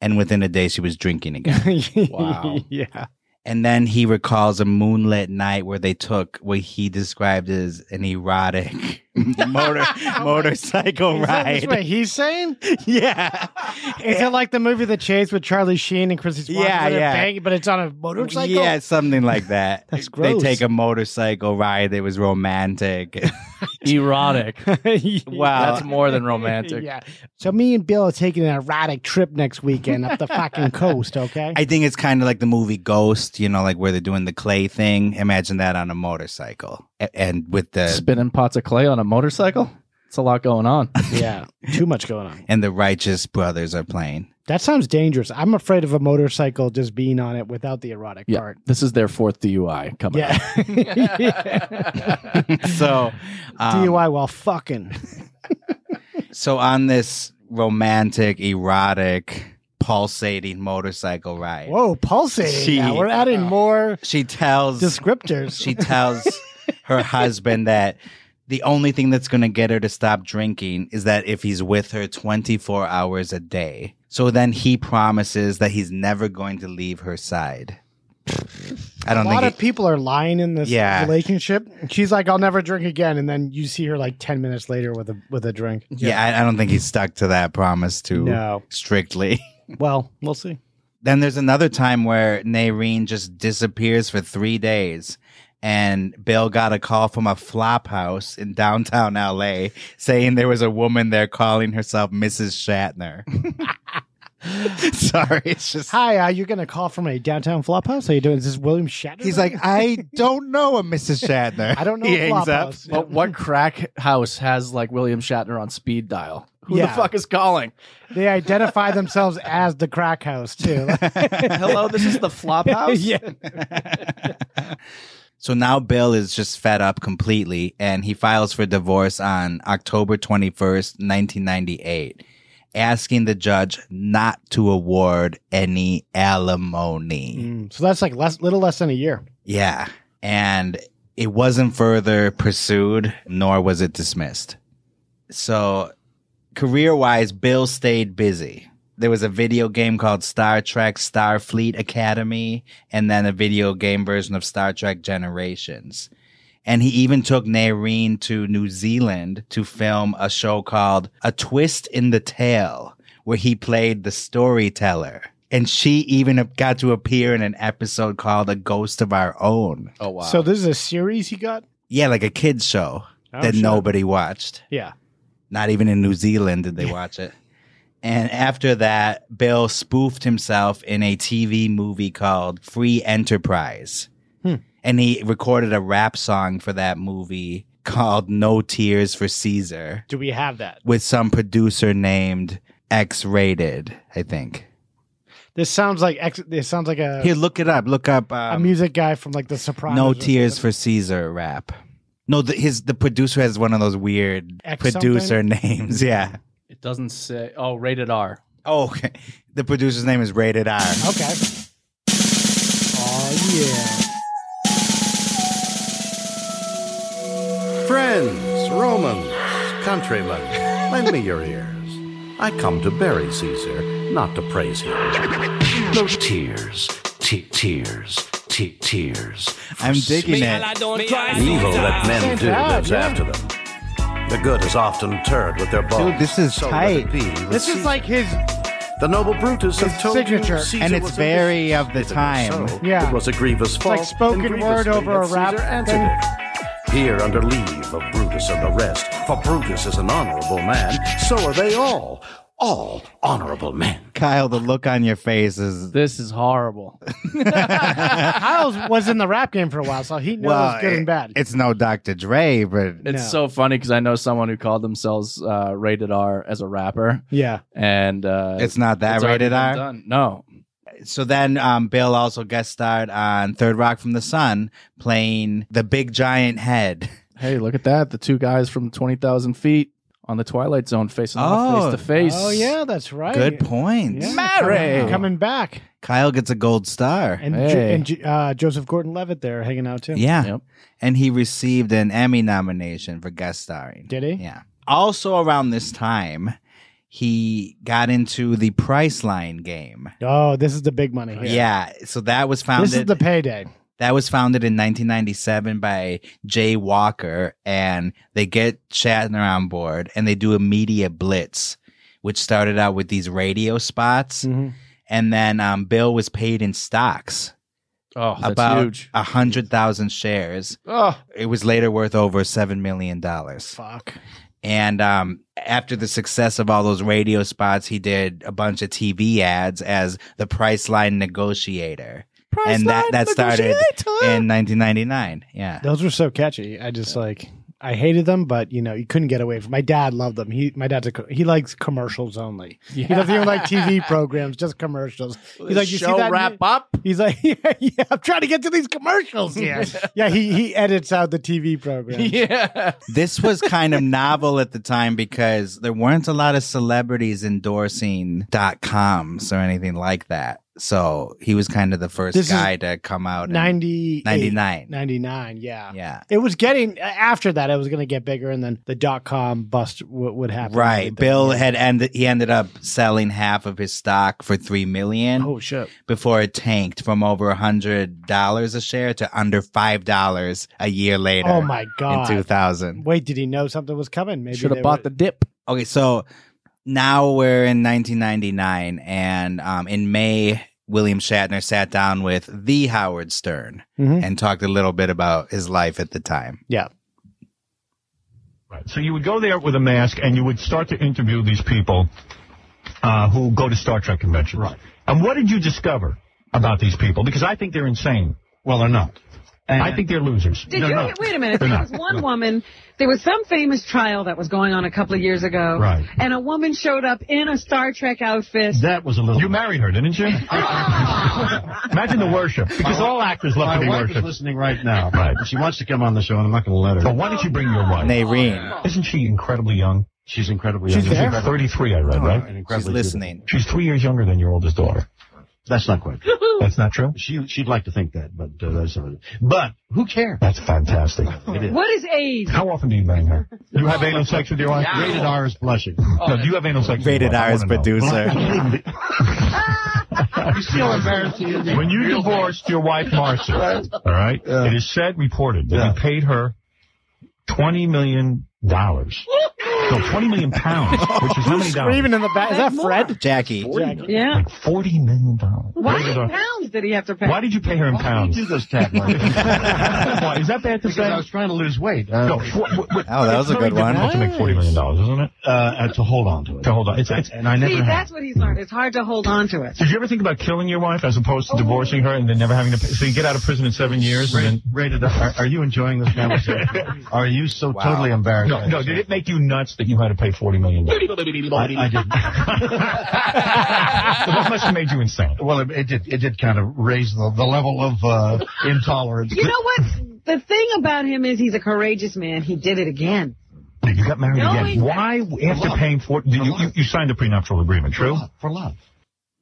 A: And within a day, she was drinking again.
J: wow. Yeah.
A: And then he recalls a moonlit night where they took what he described as an erotic motor motorcycle
J: Is that just what
A: ride.
J: he's saying?
A: Yeah.
J: Is it like the movie The Chase with Charlie Sheen and Chrissy Swanson?
A: Yeah,
J: where they're
A: yeah.
J: banging, but it's on a motorcycle.
A: Yeah, something like that.
J: That's
A: They
J: gross.
A: take a motorcycle ride. It was romantic.
K: Erotic.
A: wow.
K: That's more than romantic.
J: yeah. So me and Bill are taking an erotic trip next weekend up the fucking coast. Okay.
A: I think it's kind of like the movie Ghost, you know, like where they're doing the clay thing. Imagine that on a motorcycle A- and with the
K: Spinning pots of clay on a motorcycle? It's a lot going on.
J: yeah. Too much going on.
A: and the righteous brothers are playing.
J: That sounds dangerous. I'm afraid of a motorcycle just being on it without the erotic
K: Yeah.
J: part.
K: This is their fourth DUI coming
J: Yeah.
K: up.
A: So, um,
J: DUI while fucking.
A: so on this romantic, erotic, pulsating motorcycle ride,
J: Whoa, pulsating. now.
A: Gee.
J: We're adding more
A: she tells
J: descriptors.
A: she tells her husband that the only thing that's going to get her to stop drinking is that if he's with her 24 hours a day. So then he promises that he's never going to leave her side. I
J: a
A: don't
J: lot
A: think
J: of
A: it-
J: people are lying in this
A: Yeah.
J: relationship. She's like, "I'll never drink again," and then you see her like ten minutes later with a with a drink.
A: yeah, I, I don't think he stuck to that promise too
J: No.
A: strictly.
J: Well, we'll see.
A: Then there's another time where Nairine just disappears for three days. And Bill got a call from a flop house in downtown LA saying there was a woman there calling herself Mrs. Shatner. Sorry, it's just.
J: Hi, are you going to call from a downtown flophouse? How you doing? Is this William Shatner?
A: He's like, I don't know a Mrs. Shatner.
J: I don't know
A: He
J: a
A: hangs up.
J: flophouse.
K: But what crack house has like William Shatner on speed dial? Who the
J: Yeah.
K: fuck is calling?
J: They identify themselves as the crack house too.
K: Hello, this is the flop house?
J: yeah,
A: So now Bill is just fed up completely and he files for divorce on October 21st, 1998, asking the judge not to award any alimony.
J: Mm, so that's like less, little less than a year.
A: Yeah. And it wasn't further pursued, nor was it dismissed. So, career wise, Bill stayed busy. There was a video game called Star Trek Starfleet Academy, and then a video game version of Star Trek Generations. And he even took Nairine to New Zealand to film a show called A Twist in the Tale, where he played the storyteller. And she even got to appear in an episode called A Ghost of Our Own.
K: Oh wow.
J: So this is a series he got.
A: Yeah, like a kids show
J: Oh,
A: that
J: shit.
A: nobody watched.
J: Yeah,
A: Not even in New Zealand did they watch it. And after that, Bill spoofed himself in a TV movie called Free Enterprise. And he recorded a rap song for that movie called No Tears for Caesar
J: do we have that?
A: with some producer named X Rated, I think.
J: This sounds like ex- this sounds like a
A: Here, look it up. Look up
J: a
A: um,
J: music guy from like the Sopranos.
A: No
J: or
A: Tears
J: something.
A: for Caesar rap. No, the, his the producer has one of those weird
J: X
A: producer names. Yeah.
K: it doesn't say oh rated R.
A: Oh, okay. The producer's name is Rated R.
J: Okay. Oh yeah.
E: Friends, Romans, countrymen, lend me your ears. I come to bury Caesar, not to praise him. No tears, te- tears, te- tears.
A: I'm digging it.
E: Evil that men do
J: bad,
E: lives
J: yeah.
E: after them. The good is often turd with their bones.
A: Dude, this is
E: so
A: tight.
E: Let it be with
J: This is
E: Caesar.
J: like his.
E: the noble Brutus
J: his
E: have told you
J: signature.
E: Caesar
A: And it's
E: was a
A: very
E: beast.
A: of the
E: If it was
A: time.
E: so,
J: Yeah.
E: it was a grievous fault.
J: like spoken
E: and
J: word
E: grievously
J: over a
E: hath
J: rap
E: Caesar answered
J: thing.
E: it. Here under leave of Brutus and the rest, for Brutus is an honorable man. So are they all, all honorable men.
A: Kyle, the look on your face is
K: This is horrible.
J: Kyle's was in the rap game for a while, so he knows
A: well, it-
J: good and
E: eh,
J: bad.
A: It's no Dr. Dre, but
K: It's
J: No.
K: so funny because I know someone who called themselves uh, rated R as a rapper,
J: yeah.
K: and uh,
A: it's not that
K: it's already
A: Rated
K: been
A: R.
K: done. No,
A: So then um, Bill also guest starred on Third Rock from the Sun playing the big giant head.
K: hey, look at that. The two guys from 20,000 feet on the Twilight Zone facing
A: Oh.
K: off face to face.
J: Oh yeah, that's right.
A: Good point.
J: Yeah,
K: Marry.
J: coming- coming back,
A: Kyle gets a gold star.
J: and
K: Hey.
J: Jo- and Jo- uh, Joseph Gordon-Levitt there hanging out too.
A: Yeah.
K: Yep.
A: And he received an Emmy nomination for guest starring.
J: Did he?
A: Yeah. Also around this time, he got into the Priceline game.
J: Oh, this is the big money. Here.
A: Yeah, so that was founded.
J: This is the payday.
A: That was founded in 1997 by Jay Walker, and they get Shatner on board, and they do a media blitz, which started out with these radio spots,
J: Mhm.
A: and then um, Bill was paid in stocks,
K: Oh, that's
A: about
K: huge.
A: a hundred thousand shares.
K: Oh,
A: It was later worth over seven million dollars.
J: Fuck.
A: And um, after the success of all those radio spots, he did a bunch of TV ads as the Priceline negotiator. and that, that started in 1999. Yeah.
J: Those were so catchy. I just like I hated them, but you know you couldn't get away from. My dad loved them. He my dad's a, co- he likes commercials only. He doesn't even like TV programs, just commercials. He's like you
K: show
J: see that
K: wrap up.
J: He's like yeah, yeah, I'm trying to get to these commercials here. yeah, he he edits out the TV program.
K: Yeah.
A: This was kind of novel at the time because there weren't a lot of celebrities endorsing dot coms or anything like that. So he was kind of the first
J: This is
A: guy to come out. and-
J: 98,
A: 99.
J: 99, yeah.
A: yeah.
J: It was getting after that. It was going to get bigger, and then the dot com bust w- would happen.
A: Right. Bill had ended he ended up selling half of his stock for 3 million.
J: Oh shit!
A: before it tanked from over $100 a share to under $5 a year later.
J: Oh my god!
A: In 2000.
J: Wait, did he know something was coming? Maybe
K: Should have
J: they
K: bought
J: were-
K: the dip.
A: Okay, so now we're in 1999, and um, in May, William Shatner sat down with the Howard Stern
L: Mm-hmm.
K: Mm-hmm.
J: Mhm.
A: and talked a little bit about his life at the time.
J: Yeah.
L: So you would go there with a mask, and you would start to interview these people uh, who go to Star Trek conventions. Right. And what did you discover about these people? Because I think they're insane. Well, they're not. I think they're losers.
M: Did
L: They're
M: you
L: not.
M: wait a minute?
L: They're
M: There
L: not.
M: was one woman. There was some famous trial that was going on a couple of years ago,
L: Right.
M: And a woman showed up in a Star Trek outfit.
L: That was a little. You married her, didn't you? Imagine the worship, because all actors love to be worshipped. listening right now. Right. She wants to come on the show, and I'm not going to let her. But why don't you bring your wife?
A: Nareen.
L: Isn't she incredibly young? She's incredibly
J: She's young. there?
L: 33, I read, right?
A: She's listening.
L: She's three years younger than your oldest daughter. That's not quite. That's not true. She she'd like to think that, but uh, that's not. But who cares? That's fantastic. it is.
M: What is AIDS?
L: How often do you bang her? You have anal sex with your wife?
M: No. Rated
L: R is blushing. No, do you have anal sex?
A: Oh, Rated
L: with your wife?
A: R is
L: I wanna know.
A: producer.
L: You feel embarrassed. When you divorced your wife Marcia, all right, it is said reported that you paid her twenty million dollars. No, twenty million pounds, which is how many dollars?
J: Screaming in the back. Is that Fred?
A: Jackie.
M: Yeah.
L: Like forty million dollars.
M: Why many pounds did he have to pay?
L: Why did you pay her in pounds? do those tag Why, is that bad to say? I was trying to lose weight. no,
A: Oh, that was a good one.
L: to make forty million dollars, isn't it? Uh, uh, to hold on to it. To hold on. It's, it's, and I never
M: See,
L: have.
M: that's what he's learned. It's hard to hold on to it.
L: Did you ever think about killing your wife as opposed to divorcing her and then never having to? Pay? So you get out of prison in seven years and then rated. Are, are you enjoying this conversation? are you so
A: Wow. totally
L: embarrassed? No, no. Did it make you nuts that you had to pay forty million dollars? I, did. that must have made you insane. Well, it, it did. It did kind of raise the, the level of uh, intolerance.
M: You know what? The thing about him is he's a courageous man. He did it again.
L: You got married
M: No,
L: again.
M: he-
L: Why, after paying for, did you, you you signed a prenuptial agreement? True. For love.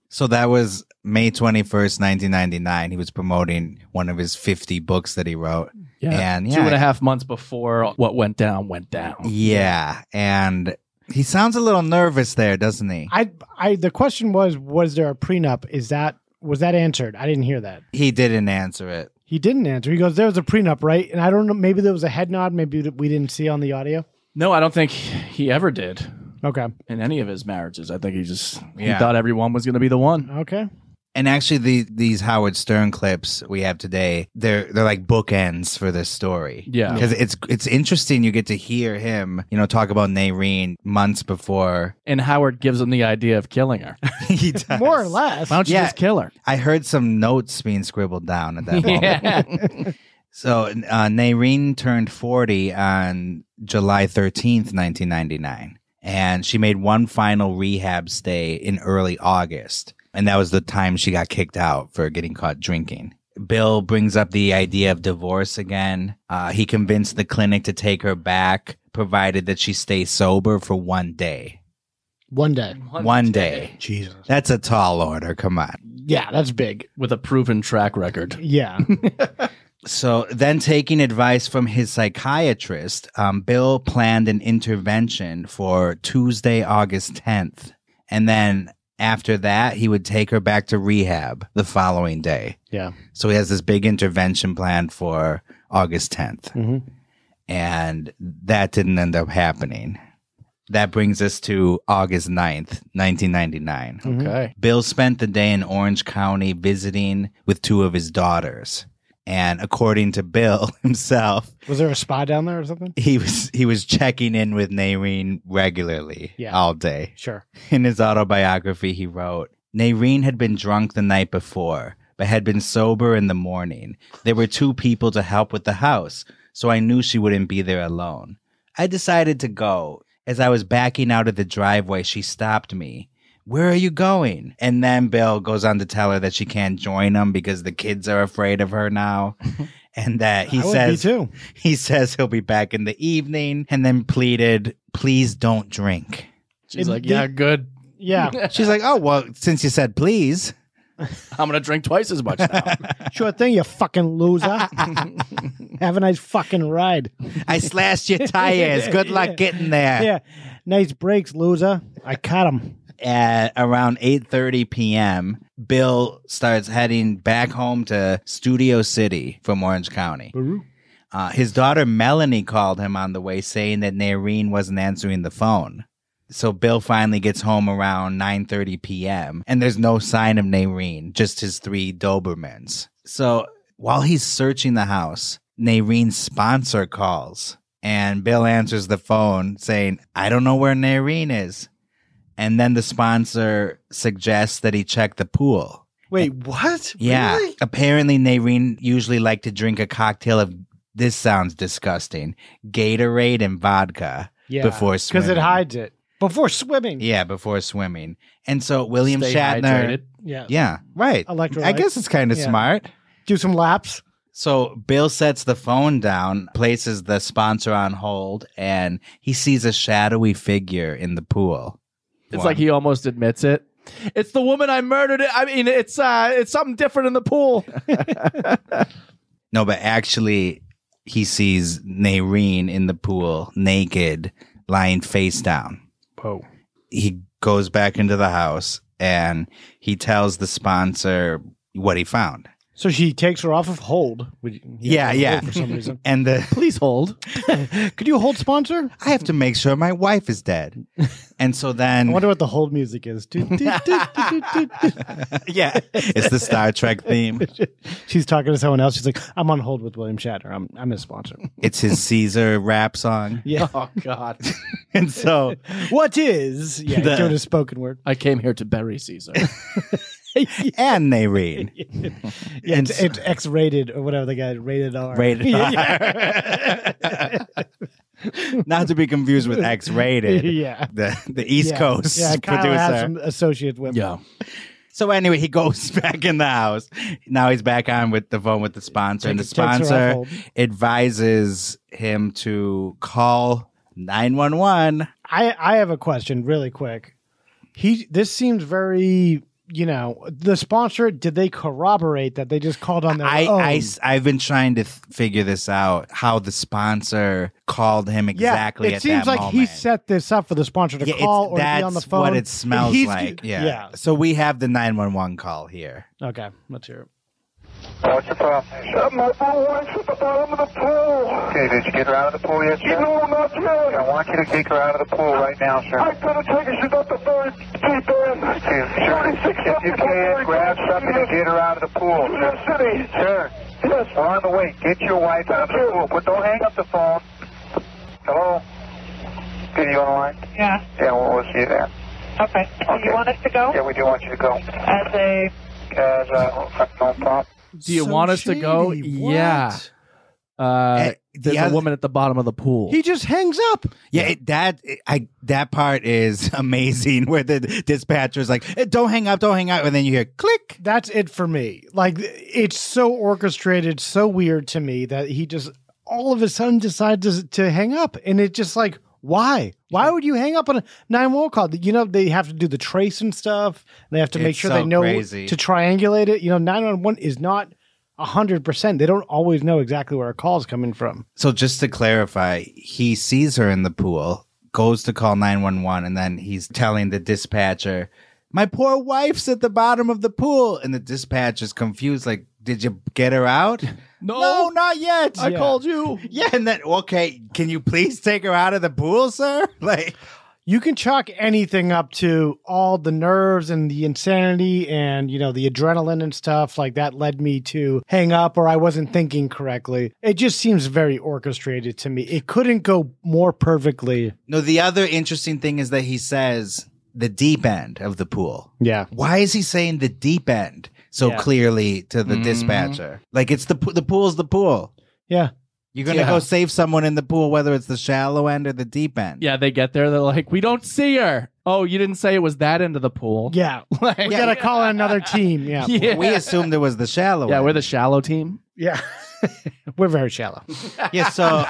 A: So that was May 21st, 1999. He was promoting one of his 50 books that he wrote. And yeah,
K: two and a half months before what went down went down.
A: Yeah. And he sounds a little nervous there, doesn't he?
J: I, I. The question was, was there a prenup? Is that was that answered? I didn't hear that.
A: He didn't answer it.
J: He didn't answer. He goes, "There was a prenup, right?" And I don't know. Maybe there was a head nod. Maybe that we didn't see on the audio.
K: No, I don't think he ever did
J: Okay.
K: in any of his marriages. I think he just
A: Yeah.
K: he thought everyone was going to be the one.
J: Okay.
A: And actually, the, these Howard Stern clips we have today, they're they're like bookends for this story.
K: Yeah.
A: because it's it's interesting. You get to hear him, you know, talk about Naireen months before
K: And Howard gives him the idea of killing her.
A: he does.
J: More or less.
K: Why don't you
A: Yeah.
K: just kill her?
A: I heard some notes being scribbled down at that moment. So uh, Naireen turned 40 on July 13th, 1999. And she made one final rehab stay in early August. And that was the time she got kicked out for getting caught drinking. Bill brings up the idea of divorce again. Uh, he convinced the clinic to take her back, provided that she stay sober for one day.
J: One day.
A: One, day.
J: Jesus.
A: That's a tall order. Come on.
J: Yeah, that's big. Mm-hmm.
K: With a proven track record.
J: Yeah.
A: So then, taking advice from his psychiatrist, um, Bill planned an intervention for Tuesday, August 10th. And then after that, he would take her back to rehab the following day.
J: Yeah.
A: So he has this big intervention planned for August 10th.
J: Mhm.
A: And that didn't end up happening. That brings us to August 9th, 1999.
K: Okay.
A: Bill spent the day in Orange County visiting with two of his daughters. And according to Bill himself,
J: Was there a spa down there or something?
A: he was he was checking in with Nairine regularly
J: Yeah.
A: all day.
J: Sure.
A: In his autobiography, he wrote, Nairine had been drunk the night before, but had been sober in the morning. There were two people to help with the house, so I knew she wouldn't be there alone. I decided to go. As I was backing out of the driveway, she stopped me. Where are you going? And then Bill goes on to tell her that she can't join him because the kids are afraid of her now. And that he
J: I would be
A: says
J: too.
A: he says he'll be back in the evening and then pleaded, please don't drink.
K: She's
J: And
K: like,
J: the-
K: yeah, good.
J: Yeah.
A: She's like, oh, well, since you said please.
K: I'm gonna drink twice as much now.
J: Sure thing, you fucking loser. Have a nice fucking ride.
A: I slashed your tires. Good luck getting there.
J: Yeah. Nice breaks, loser. I caught him.
A: At around 8.30 p.m., Bill starts heading back home to Studio City from Orange County. Uh, his daughter Melanie called him on the way saying that Nairine wasn't answering the phone. So Bill finally gets home around 9:30 p.m. and there's no sign of Nairine, just his three Dobermans. So while he's searching the house, Nairine's sponsor calls and Bill answers the phone saying, "I don't know where Nairine is." And then the sponsor suggests that he check the pool.
N: Wait, what?
A: Yeah.
N: Really?
A: Apparently, Nairine usually liked to drink a cocktail of this sounds disgusting Gatorade and vodka
J: Yeah.
A: before
J: Because
A: swimming.
J: it hides it. Before swimming.
A: yeah, before swimming. And so William
K: Stay
A: Shatner.
K: hydrated.
J: Yeah.
A: Yeah, right. I
J: Electrolytes.
A: guess it's kind of
J: Yeah.
A: smart.
J: Do some laps.
A: So Bill sets the phone down, places the sponsor on hold, and he sees a shadowy figure in the pool.
K: It's like he almost admits it. It's the woman I murdered. It. I mean, it's uh, it's something different in the pool.
A: No, but actually, he sees Nairine in the pool, naked, lying face down.
J: Whoa.
A: He goes back into the house and he tells the sponsor what he found.
J: So she takes her off of hold. Would you-
A: Yeah,
J: hold
A: yeah.
J: For some reason.
A: And the
K: Please hold.
J: Could you hold sponsor?
A: I have to make sure my wife is dead. And so
J: I
A: then,
J: wonder what the hold music is. Do, do, do, do, do, do.
A: yeah, it's the Star Trek theme.
J: She's talking to someone else. She's like, I'm on hold with William Shatner. I'm I'm his sponsor.
A: It's his Caesar rap song.
J: Yeah.
K: Oh God,
A: And so
J: what is yeah,
A: The-
J: doing a spoken word.
K: I came here to bury Caesar.
A: and Nairine.
J: Yeah,
A: And
J: it's,
A: so-
J: it's X rated or whatever the guy rated R.
A: Rated
J: Yeah,
A: R.
J: yeah.
A: Not to be confused with X rated.
J: Yeah.
A: The the East
J: Yeah.
A: Coast
J: Yeah, Kyle
A: producer.
J: has some associates with. him.
K: yeah,
A: So anyway, he goes back in the house. Now he's back on with the phone with the sponsor, and the
J: Takes- takes her off
A: sponsor
J: hold.
A: advises him to call nine one one.
J: I I have a question really quick. He this seems very you know the sponsor. Did they corroborate that they just called on their own?
A: I have been trying to th- figure this out how the sponsor called him exactly.
J: Yeah, it
A: at
J: seems
A: that
J: like he
A: moment.
J: set this up for the sponsor to
A: Yeah, it's-
J: call or
A: that's
J: be on the phone.
A: what it smells
J: He's-
A: like. Yeah. So we have the nine one one call here.
J: yeah. Okay, let's hear it.
O: What's your problem? my poor wife's at the bottom of the pool. Okay, did you get her out of the pool yet, sir? You know I'm not yet. I want you to take her out of the pool right now, sir. I gotta take her. She's up the very deep end. If you can, grab something to get her out of the pool. New York City. Sir, yes. we're on the way. Get your wife out of the pool. But don't hang up the phone. Hello? Did you online?
P: Yeah.
O: Yeah, well, we'll see you there.
P: Okay. Do you want us to go?
O: Yeah, we do want you to go.
P: As a
O: As, uh, no problem.
K: Do you
J: So
K: want us to go?
J: shady, what?
K: Yeah. Uh,
A: the
K: there's
A: other-
K: a woman at the bottom of the pool.
J: He just hangs up.
A: Yeah, It, that I that part is amazing. Where the dispatcher's like, "Eh, "Don't hang up, don't hang up," and then you hear click.
J: That's it for me. Like it's so orchestrated, so weird to me that he just all of a sudden decides to, to hang up, and it's just like, why? Why would you hang up on a nine one call? You know they have to do the trace and stuff. And they have to make
A: It's
J: sure
A: so
J: they know
A: crazy.
J: to triangulate it. You know, nine one one is not 100%. They don't always know exactly where a call's coming from.
A: So just to clarify, he sees her in the pool, goes to call 911, and then he's telling the dispatcher, My poor wife's at the bottom of the pool. And the dispatcher's confused, like, Did you get her out?
K: No,
A: not yet.
K: I called you.
A: Yeah, and then, okay, can you please take her out of the pool, sir? Like,
J: You can chalk anything up to all the nerves and the insanity and, you know, the adrenaline and stuff. Like that led me to hang up or I wasn't thinking correctly. It just seems very orchestrated to me. It couldn't go more perfectly.
A: no, the other interesting thing is that he says the deep end of the pool.
J: Yeah.
A: Why is he saying the deep end so
J: Yeah.
A: clearly to the
J: Mhm.
A: dispatcher? Like, it's the, po- the pool's the pool.
J: Yeah.
A: You're gonna
K: Yeah.
A: go save someone in the pool, whether it's the shallow end or the deep end.
K: Yeah, they get there. They're like, we don't see her. Oh, you didn't say it was that end of the pool.
J: Yeah.
K: Like,
J: we got to call in another team. Yeah.
K: Yeah.
A: We assumed it was the shallow
K: yeah,
A: end.
K: we're the shallow team.
J: Yeah. We're very shallow.
A: yeah, so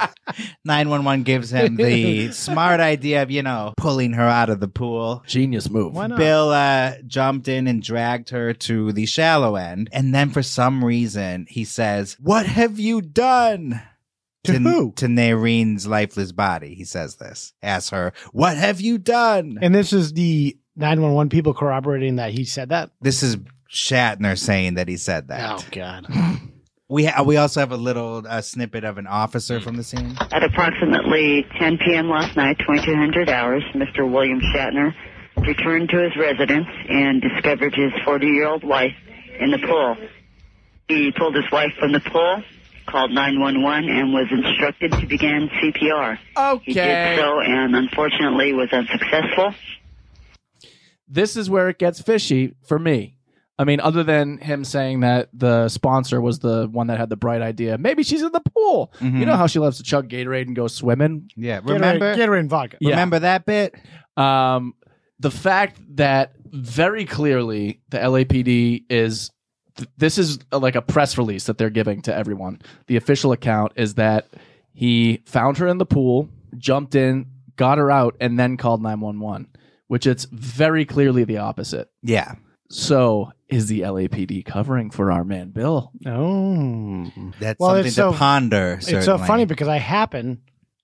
A: 911 gives him the smart idea of, you know, pulling her out of the pool.
K: Genius move.
J: Why not?
A: Bill uh, jumped in and dragged her to the shallow end. And then for some reason, he says, What have you done?
J: To who?
A: To Narine's lifeless body. He says this. Asks her, What have you done?
J: And this is the 911 people corroborating that he said that.
A: This is Shatner saying that he said that.
J: Oh, God.
A: We ha- we also have a little uh, snippet of an
J: Hmm.
A: officer from the scene.
N: At approximately 10 p.m. last night, 2200 hours, Mr. William Shatner returned to his residence and discovered his 40-year-old wife in the pool. He pulled his wife from the pool, called 911, and was instructed to begin CPR. He did so and unfortunately was unsuccessful.
K: This is where it gets fishy for me. I mean, other than him saying that the sponsor was the one that had the bright idea, maybe she's in the pool.
A: Mm-hmm.
K: You know how she loves to chug Gatorade and go swimming.
A: Yeah,
J: Get her,
A: remember
J: get her in vodka.
K: Yeah.
A: remember that bit?
K: Um, the fact that very clearly the LAPD is th- this is uh, like a press release that they're giving to everyone. The official account is that he found her in the pool, jumped in, got her out, and then called 911, which it's very clearly the opposite.
A: Yeah.
K: So is the LAPD covering for our man Bill?
J: Oh.
A: That's
J: Well,
A: something
J: it's so-
A: to ponder. Certainly.
J: It's so funny because I happen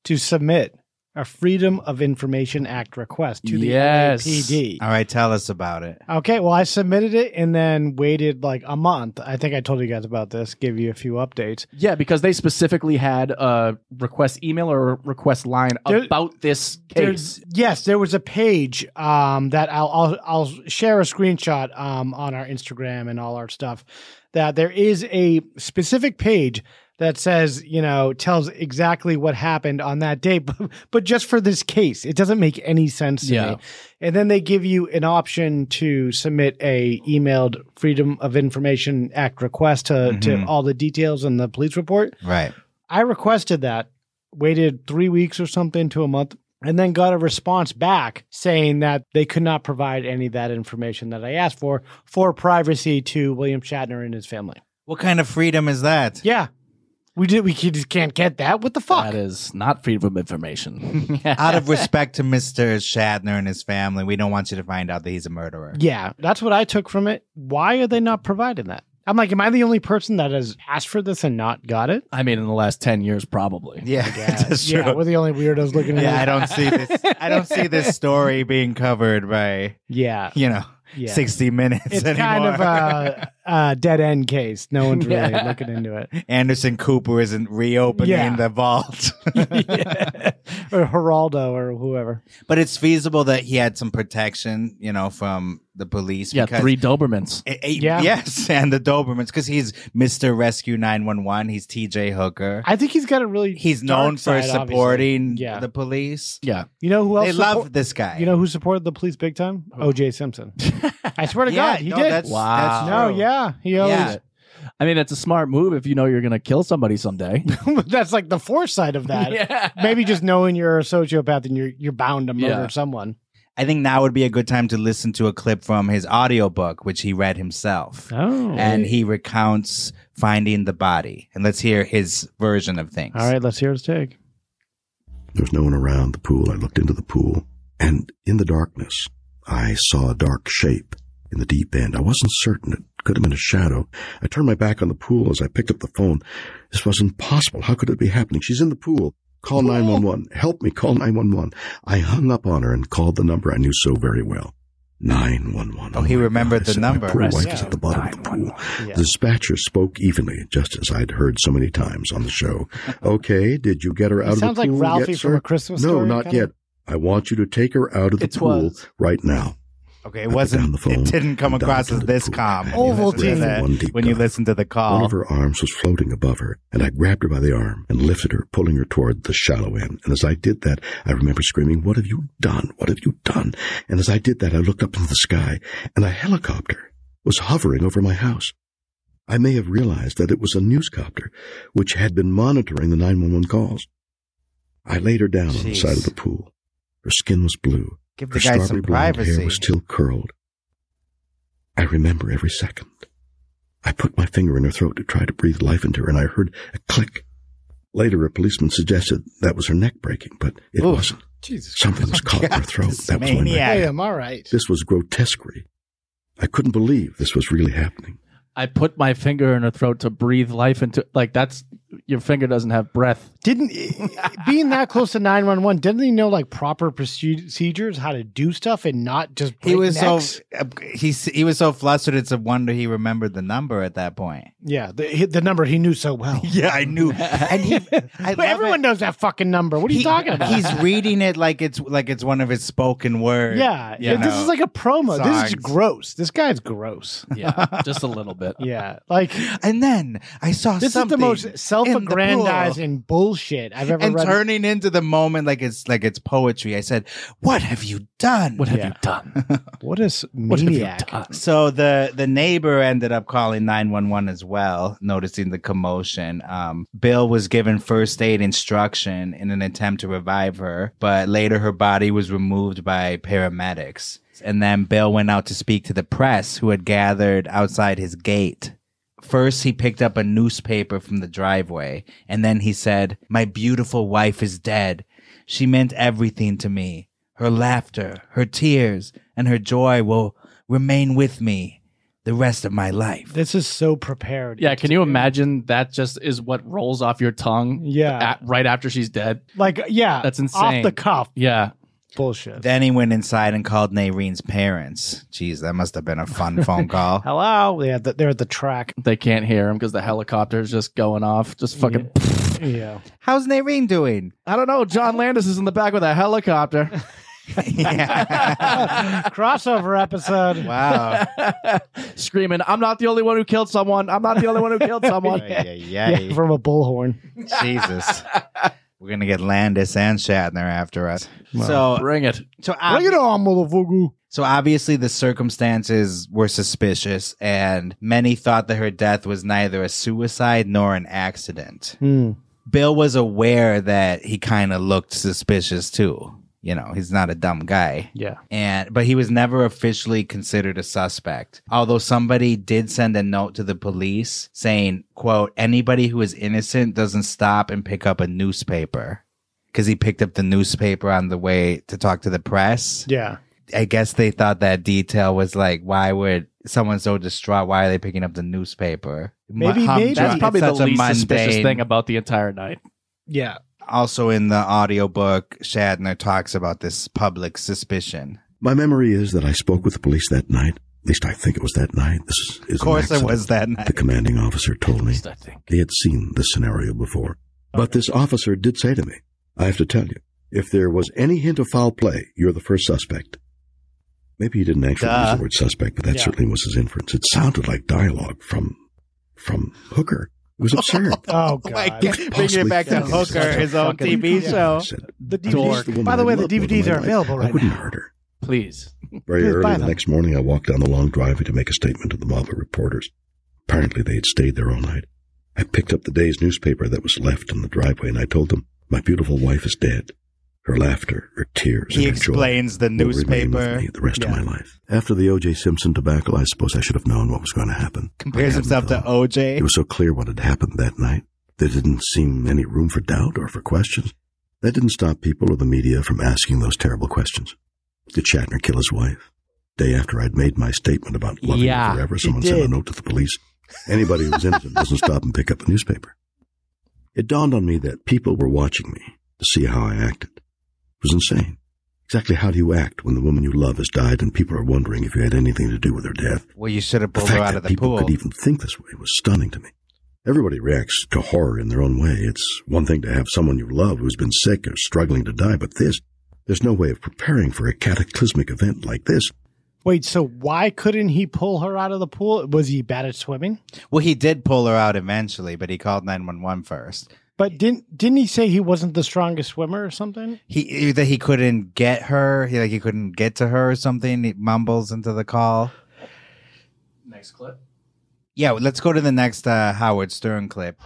J: to submit a Freedom of Information Act request to the
K: Yes.
J: LAPD.
A: All right, tell us about it.
J: Okay, well, I submitted it and then waited like a month. I think I told you guys about this, give you a few updates.
K: Yeah, because they specifically had a request email or a request line
J: There-
K: about this case.
J: There's, yes, there was a page um, that I'll, I'll I'll share a screenshot um, on our Instagram and all our stuff. That there is a specific page that says you know tells exactly what happened on that day, but, but just for this case, it doesn't make any sense to
K: Yeah.
J: me. And then they give you an option to submit a emailed Freedom of Information Act request to to
K: Mm-hmm.
A: Mhm.
J: all the details in the police report.
A: Right.
J: I requested that, waited three weeks or something to a month, and then got a response back saying that they could not provide any of that information that I asked for for privacy to William Shatner and his family.
A: What kind of freedom is that?
J: Yeah. We did we just can't get that. What the fuck?
K: That is not freedom of information.
A: Out of respect to Mr. Shatner and his family, we don't want you to find out that he's a murderer.
J: yeah, that's what I took from it. Why are they not providing that? I'm like, am I the only person that has asked for this and not got it?
K: I mean, in the last 10 years, probably.
A: Yeah, that's true.
J: Yeah, we're the only weirdos looking at
A: Yeah, I
J: it.
A: don't see this. I don't see this story being covered by
J: Yeah.
A: you know
J: Yeah.
A: sixty minutes
J: It's
A: anymore.
J: kind of a, a dead end case. No one's really
K: Yeah.
J: looking into it.
A: Anderson Cooper isn't reopening
J: Yeah.
A: the vault.
J: or Geraldo or whoever.
A: but it's feasible that he had some protection, you know, from the police.
K: Yeah,
A: because
K: three Dobermans.
A: Eh, eh,
J: Yeah.
A: Yes, and the Dobermans because he's Mr. Rescue 911. He's TJ Hooker.
J: I think he's got a really
A: he's
J: dark
A: known for
J: side, obviously.
A: supporting
J: Yeah.
A: the police.
K: Yeah.
J: You know who else?
A: They
J: support-
A: love this guy.
J: You know who supported the police big time? O.J. Simpson. I swear to
A: yeah,
J: Oh God, he
A: no,
J: did.
A: That's,
K: Wow.
A: That's
J: no,
A: true.
J: yeah, he always.
A: Yeah.
K: I mean, it's a smart move if you know you're going to kill somebody someday.
J: that's like the foresight of that.
K: yeah.
J: Maybe just knowing you're a sociopath and you're you're bound to murder
K: Yeah.
J: someone.
A: I think now would be a good time to listen to a clip from his audiobook, which he read himself.
J: Oh,
A: And he recounts finding the body. And let's hear his version of things.
J: all right. Let's hear his take.
Q: There was no one around the pool. I looked into the pool, and in the darkness, I saw a dark shape in the deep end. I wasn't certain it could have been a shadow. I turned my back on the pool as I picked up the phone. This was impossible. How could it be happening? She's in the pool. Call 911. Help me. Call 911. I hung up on her and called the number I knew so very well. 911.
A: Oh, he remembered the number.
Q: My poor wife is at the bottom of the pool. The dispatcher spoke evenly, just as I'd heard so many times on the show. Okay, did you get her out of the pool
J: sounds like Ralphie
Q: yet,
J: from
Q: sir?
J: A Christmas
Q: No,
J: Story,
Q: not
J: kinda.
Q: yet. I want you to take her out of the
J: It
Q: pool
J: was.
Q: right now.
A: Okay, it wasn't. It didn't come across as this calm. when you listen to
Q: Ovaltine.
A: that-
Q: One deep
A: When you listen to the
Q: One
A: call,
Q: of her arms was floating above her, and I grabbed her by the arm and lifted her, pulling her toward the shallow end. And as I did that, I remember screaming, What have you done? What have you done? And as I did that, I looked up into the sky, and a helicopter was hovering over my house. I may have realized that it was a newscopter, which had been monitoring the 911 calls. I laid her down on the
A: Jeez.
Q: side of the pool. Her skin was blue.
A: Give the
Q: her
A: guy some
Q: strawberry blonde hair
A: privacy.
Q: was still curled. I remember every second. I put my finger in her throat to try to breathe life into her, and I heard a click. Later, a policeman suggested that was her neck breaking, but it wasn't.
J: Jesus.
Q: Something
A: Oh
Q: was caught in her throat. That was my neck.
J: Hey, I'm all right.
Q: This was grotesquerie. I couldn't believe this was really happening.
K: I put my finger in her throat to breathe life into like that's your finger doesn't have breath.
J: Didn't eh, being that close to nine one one? Didn't he know like proper procedures, how to do stuff, and not just
A: he was so
J: breaknecks?
A: uh, he s- he was so flustered. It's a wonder he remembered the number at that point.
J: yeah the he- the number he knew so well.
A: Yeah, I knew. And he,
J: but everyone knows that fucking number. What are you
A: He-
J: talking about?
A: He's reading it like it's like it's one of his spoken words.
J: yeah, yeah. This is like a promo. This is gross. This guy's gross.
K: Yeah, just a little bit.
J: Yeah, like
A: and then I saw
J: this is the
A: something
J: most self-aggrandizing bullshit I've ever
A: and
J: read.
A: turning into the moment like it's like it's poetry. I said, "What have you done? What
K: have you done?
J: what is maniac?
A: So the the neighbor ended up calling 911 as well, noticing the commotion. Um, Bill was given first aid instruction in an attempt to revive her, but later her body was removed by paramedics. And then Bill went out to speak to the press who had gathered outside his gate. First, he picked up a newspaper from the driveway, and then he said, My beautiful wife is dead. She meant everything to me. Her laughter, her tears, and her joy will remain with me the rest of my life.
J: This is so prepared.
K: Yeah, can you imagine that just is what rolls off your tongue?
J: Yeah.
K: at- right after she's dead.
J: Like yeah,
K: That's insane.
J: Off the cuff
K: Yeah.
J: bullshit.
A: Then he went inside and called Nairene's parents. Jeez, that must have been a fun phone call.
J: Hello. Yeah, th- they're at the track.
K: They can't hear him because the helicopter's just going off. Just fucking.
J: Yeah.
A: How's Nairene doing?
K: I don't know. John Landis is in the back with a helicopter.
J: Crossover episode.
A: Wow.
K: Screaming, I'm not the only one who killed someone. I'm not the only one who killed someone.
A: yeah,
J: Yeah, from a bullhorn.
A: Jesus. We're going to get Landis and Shatner after us. so,
K: Bring it.
A: so
J: Bring it on, motherfucker.
A: So obviously the circumstances were suspicious and many thought that her death was neither a suicide nor an accident.
J: Hmm.
A: Bill was aware that he kind of looked suspicious too. You know, he's not a dumb guy.
K: Yeah.
A: And but he was never officially considered a suspect. Although somebody did send a note to the police saying, quote, anybody who is innocent doesn't stop and pick up a newspaper. Because he picked up the newspaper on the way to talk to the press.
J: Yeah.
A: I guess they thought that detail was like, why would someone so distraught? Why are they picking up the newspaper?
J: Maybe-
A: Hum-
J: maybe-
K: That's
A: it's
K: probably the
A: such a
K: least suspicious
A: mundane-
K: thing about the entire night.
J: Yeah.
A: Also, in the audiobook, Shatner talks about this public suspicion.
Q: My memory is that I spoke with the police that night. At least I think it was that night. This is an
A: Of course, it
Q: accident.
A: was that night.
Q: The commanding officer told me
K: I think.
Q: they had seen this scenario before. But this officer did say to me, I have to tell you, if there was any hint of foul play, you're the first suspect. Maybe he didn't actually
A: Duh.
Q: use the word suspect, but that
J: Yeah.
Q: certainly was his inference. It sounded like dialogue from from Hooker. It was absurd.
J: Oh
A: my
J: god.
A: God. Bringing it back to
Q: Possibly thinking
A: Hooker,
Q: such a
A: his own
Q: fucking-
A: TV
Q: Yeah,
A: show.
Q: I said,
J: The
Q: "At least
J: DVDs.
Q: woman
J: by the
Q: I
J: way, the
Q: loved with
J: DVDs
Q: my
J: are
Q: life,
J: available
Q: I
J: right
Q: wouldn't
J: now.
Q: hurt her.
K: Please.
Q: Very
J: Please buy
Q: early the
J: them.
Q: next morning, I walked down the long driveway to make a statement to the mob of reporters. Apparently, they had stayed there all night. I picked up the day's newspaper that was left in the driveway, and I told them, "My beautiful wife is dead. Her laughter, her tears,
A: He
Q: and her joy
A: explains the
Q: will remain with
A: newspaper,
Q: me the rest of my life." After the O.J. Simpson debacle, I suppose I should have known what was going to happen.
A: compares
Q: I hadn't,
A: himself to
Q: though.
A: OJ.
Q: It was so clear what had happened that night. There didn't seem any room for doubt or for questions. That didn't stop people or the media from asking those terrible questions. Did Shatner kill his wife? day after I'd made my statement about loving
K: Yeah,
Q: her forever,
K: you
Q: someone sent a
K: did.
Q: note to the police. Anybody who was innocent doesn't stop and pick up a newspaper. It dawned on me that people were watching me to see how I acted. It was insane. Exactly how do you act when the woman you love has died and people are wondering if you had anything to do with her death?
A: Well, you should have
Q: The
A: pulled her
Q: fact
A: out
Q: that
A: of the
Q: people
A: pool.
Q: could even think this way was stunning to me. Everybody reacts to horror in their own way. It's one thing to have someone you love who's been sick or struggling to die, but this, there's no way of preparing for a cataclysmic event like this.
J: Wait, so why couldn't he pull her out of the pool? Was he bad at swimming?
A: Well, he did pull her out eventually, but he called 911 first.
J: But didn't didn't he say he wasn't the strongest swimmer or something?
A: He either he couldn't get her, he like he couldn't get to her or something. He mumbles into the call.
K: Next clip.
A: Yeah, well, let's go to the next uh, Howard Stern clip.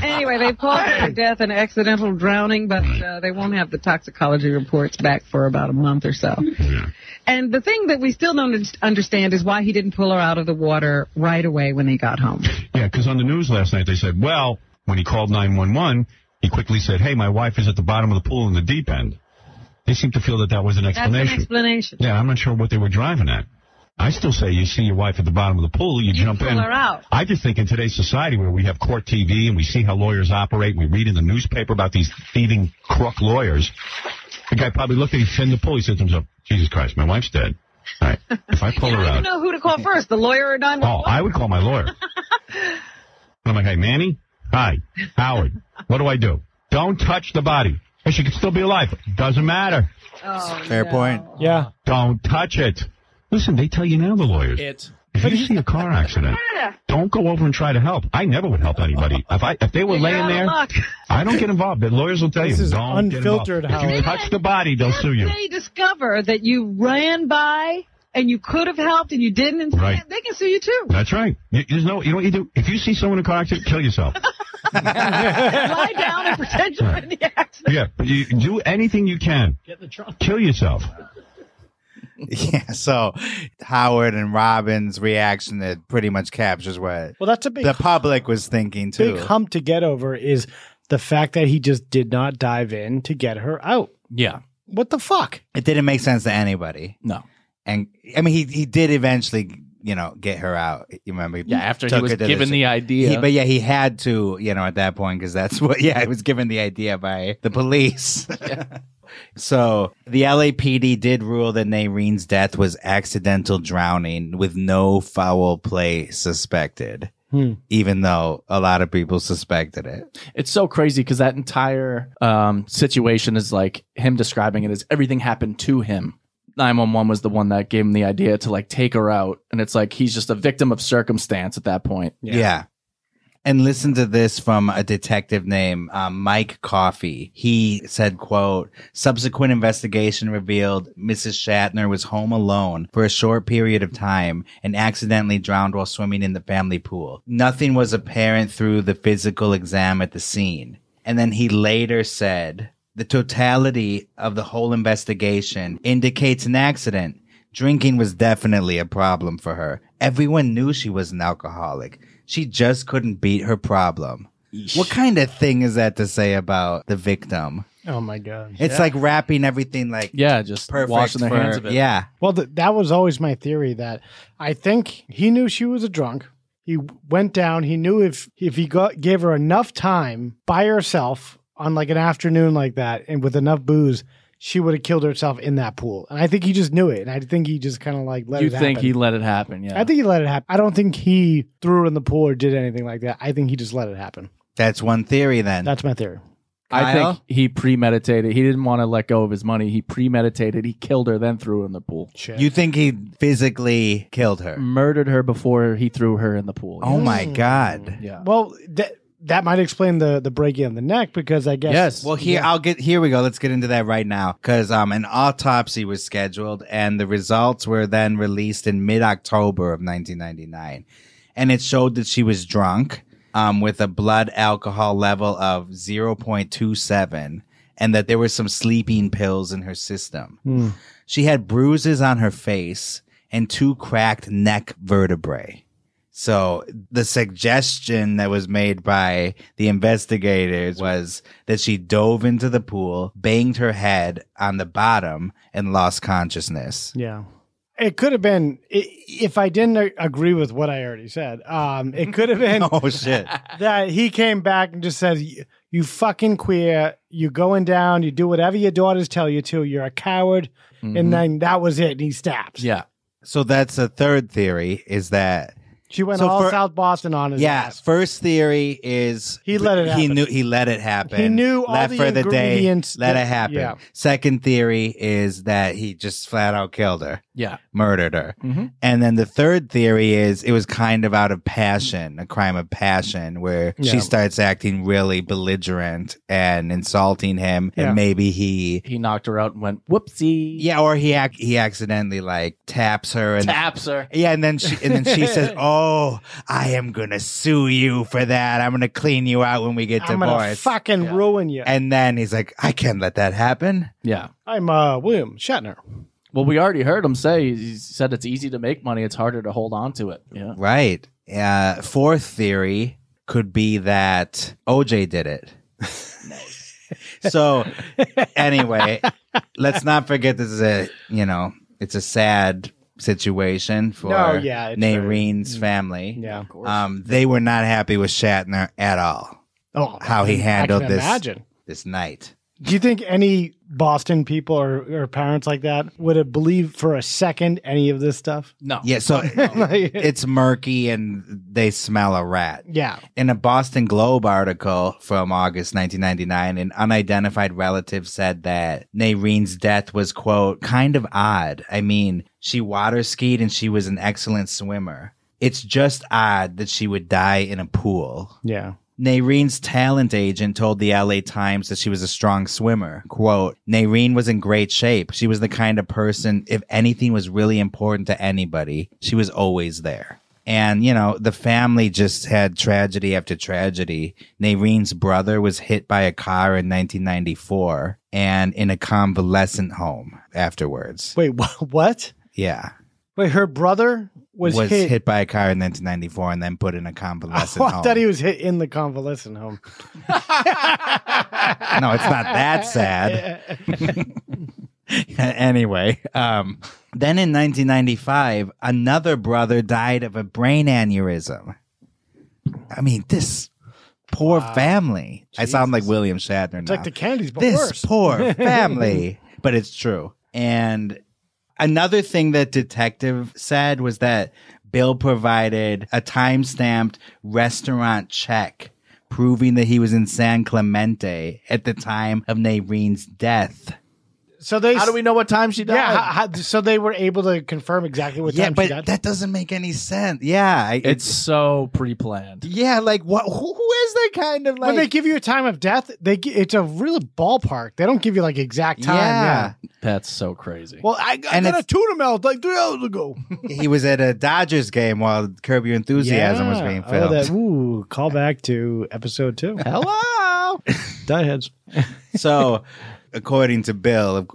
M: Anyway, they called it for death and accidental drowning, but uh, they won't have the toxicology reports back for about a month or so. And the thing that we still don't un- understand is why he didn't pull her out of the water right away when they got home.
L: Yeah, because on the news last night they said, well, when he called 911, he quickly said, hey, my wife is at the bottom of the pool in the deep end. They seem to feel that that was an
M: That's an
L: explanation.
M: explanation.
L: yeah, I'm not sure what they were driving at. I still say you see your wife at the bottom of the pool, you, jump
M: pull
L: in.
M: her out.
L: I just think in today's society where we have court TV and we see how lawyers operate, we read in the newspaper about these thieving crook lawyers. The guy probably looked at his fin the pool. He said to himself, Jesus Christ, my wife's dead. All right, if I pull
M: You
L: her
M: don't
L: out,
M: even know who to call first, the lawyer or nine
L: Oh, I would call my lawyer. and I'm like, hey, Manny, hi, Howard, what do I do? Don't touch the body. Hey, She could still be alive. Doesn't matter. Fair point.
J: Yeah.
L: Don't touch it. Listen, they tell you now, the lawyers.
K: It.
L: If you see a car accident, don't go over and try to help. I never would help anybody. If I if they were laying there, I don't get involved. The lawyers will tell
J: This
L: you,
J: is
L: don't
J: unfiltered,
L: get involved. If you
J: Howard.
L: touch the body, they'll sue you.
M: They discover that you ran by and you could have helped and you didn't, and
L: Right.
M: they can sue you too.
L: That's right. You, there's no, you know what you do? If you see someone in a car accident, kill yourself.
M: Lie down and pretend you're in the accident.
L: Yeah, but you do anything you can.
M: Get in the trunk.
L: Kill yourself.
A: yeah, so Howard and Robin's reaction that pretty much captures what
J: Well, that's a big
A: the public was thinking too.
J: Big hump to get over is the fact that he just did not dive in to get her out.
K: Yeah.
J: What the fuck?
A: It didn't make sense to anybody.
K: No.
A: And I mean, he he did eventually, you know, get her out. You remember?
K: Yeah, after he
A: took
K: was
A: her to
K: given the idea.
A: He- but yeah, he had to, you know, at that point because that's what. Yeah, he was given the idea by
K: Mm-hmm.
A: the police. So the LAPD did rule that Narine's death was accidental drowning with no foul play suspected,
K: Hmm.
A: even though a lot of people suspected it.
K: It's so crazy because that entire um, situation is like him describing it as everything happened to him. 911 was the one that gave him the idea to like take her out. And it's like he's just a victim of circumstance at that point.
A: Yeah. And listen to this from a detective named um, Mike Coffey. He said, quote, subsequent investigation revealed Mrs. Shatner was home alone for a short period of time and accidentally drowned while swimming in the family pool. Nothing was apparent through the physical exam at the scene. And then he later said, the totality of the whole investigation indicates an accident. Drinking was definitely a problem for her. Everyone knew she was an alcoholic. She just couldn't beat her problem. What kind of thing is that to say about the victim?
J: Oh my god.
A: It's like wrapping everything like
K: yeah, just
A: perfect
K: washing their
A: for-
K: hands of it.
A: Yeah,
J: Well, th- that was always my theory that I think he knew she was a drunk. He went down. He knew if if he got, gave her enough time by herself on like an afternoon like that, and with enough booze, she would have killed herself in that pool. And I think he just knew it. And I think he just kind of like let
K: You
J: it
K: think
J: happen.
K: he let it happen. Yeah.
J: I think he let it happen. I don't think he threw her in the pool or did anything like that. I think he just let it happen.
A: that's one theory then.
J: That's my theory.
K: I
A: Kyle?
K: think he premeditated. He didn't want to let go of his money. He premeditated. He killed her, then threw her in the pool.
A: You think he physically killed her?
K: Murdered her before he threw her in the pool.
A: Oh my god.
K: Mm. Yeah.
J: Well, that that might explain the the breaking of the neck because I guess
K: Yes.
A: Well, here I'll get here we go. Let's get into that right now because um an autopsy was scheduled and the results were then released in mid October of 1999, and it showed that she was drunk, um with a blood alcohol level of 0.27, and that there were some sleeping pills in her system.
J: Hmm.
A: She had bruises on her face and two cracked neck vertebrae. So the suggestion that was made by the investigators was that she dove into the pool, banged her head on the bottom, and lost consciousness.
J: yeah. It could have been i- if I didn't a- agree with what I already said. Um, it could have been.
A: oh shit!
J: That he came back and just says, "You- "You fucking queer. You going down. You do whatever your daughters tell you to. You're a coward."
A: Mhm.
J: And then that was it. And he stabbed.
K: Yeah.
A: So that's a third theory is that
J: She went
A: So
J: all
A: for-
J: South Boston on his
A: yeah,
J: ass.
A: first theory is
J: He let it
A: He
J: happen.
A: knew he let it happen.
J: He knew all
A: left
J: the
A: for the day.
J: ingredients
A: Let
J: that-
A: it happen.
J: yeah.
A: Second theory is that he just flat out killed her.
K: Yeah.
A: murdered her.
J: Mm-hmm.
K: Mhm.
A: And then the third theory is it was kind of out of passion, a crime of passion, where
K: Yeah.
A: she starts acting really belligerent and insulting him,
K: Yeah.
A: and maybe he
K: He knocked her out and went whoopsie.
A: yeah, or he ac- he accidentally like taps her and
K: Taps her.
A: yeah, and then she and then she says, "Oh, I am gonna sue you for that. I'm gonna clean you out when we get
J: I'm gonna
A: divorced."
J: fucking ruin you.
A: and then he's like, "I can't let that happen."
K: Yeah.
J: I'm uh, William Shatner.
K: Well, we already heard him say he said it's easy to make money, it's harder to hold on to it. Yeah.
A: Right. Uh, fourth theory could be that OJ did it. so, anyway, let's not forget this is a you know it's a sad situation for
J: No, yeah, it's very- mm,
A: Nairin's family.
J: Yeah. Of
K: course.
A: um, they were not happy with Shatner at all.
J: Oh,
A: how he
J: I can
A: handled this
J: imagine.
A: this night.
J: Do you think any Boston people or, or parents like that would have believed for a second any of this stuff?
K: No.
A: Yeah, so it's murky and they smell a rat.
J: Yeah.
A: In a Boston Globe article from August 1999, an unidentified relative said that Naireen's death was, quote, kind of odd. I mean, she water skied and she was an excellent swimmer. It's just odd that she would die in a pool.
J: Yeah.
A: Naireen's talent agent told the LA Times that she was a strong swimmer. Quote, Naireen was in great shape. She was the kind of person, if anything was really important to anybody, she was always there. And, you know, the family just had tragedy after tragedy. Naireen's brother was hit by a car in 1994 and in a convalescent home afterwards.
J: Wait, wha- what?
A: Yeah.
J: Wait, her brother was, hit.
A: by a car in 1994 and then put in a convalescent
J: Oh, I
A: home.
J: thought he was hit in the convalescent home.
A: no, it's not that sad. anyway, um, then in 1995, another brother died of a brain aneurysm. I mean, this poor family. I sound like William Shatner
J: It's
A: now.
J: like the Kennedys, but
A: this
J: worse.
A: poor family, but it's true. And another thing that detective said was that Bill provided a time-stamped restaurant check proving that he was in San Clemente at the time of Naireen's death.
J: So they.
K: How do we know what time she died?
J: Yeah. How, how, so they were able to confirm exactly what
A: yeah,
J: time
A: but
J: she died.
A: that doesn't make any sense. Yeah, I,
K: it's so pre-planned.
A: yeah, like what? Who, who is that kind of like?
J: when they give you a time of death, they gi- it's a real ballpark. They don't give you like exact time.
A: yeah.
K: That's so crazy.
J: Well, I, I
A: And
J: got a
A: it's-
J: tuna melt like three hours ago.
A: he was at a Dodgers game while Curb Your Enthusiasm was
J: Yeah.
A: being
J: Oh,
A: filmed.
J: that, ooh, call back to episode two.
K: Hello.
J: Dieheads.
A: so, according to Bill,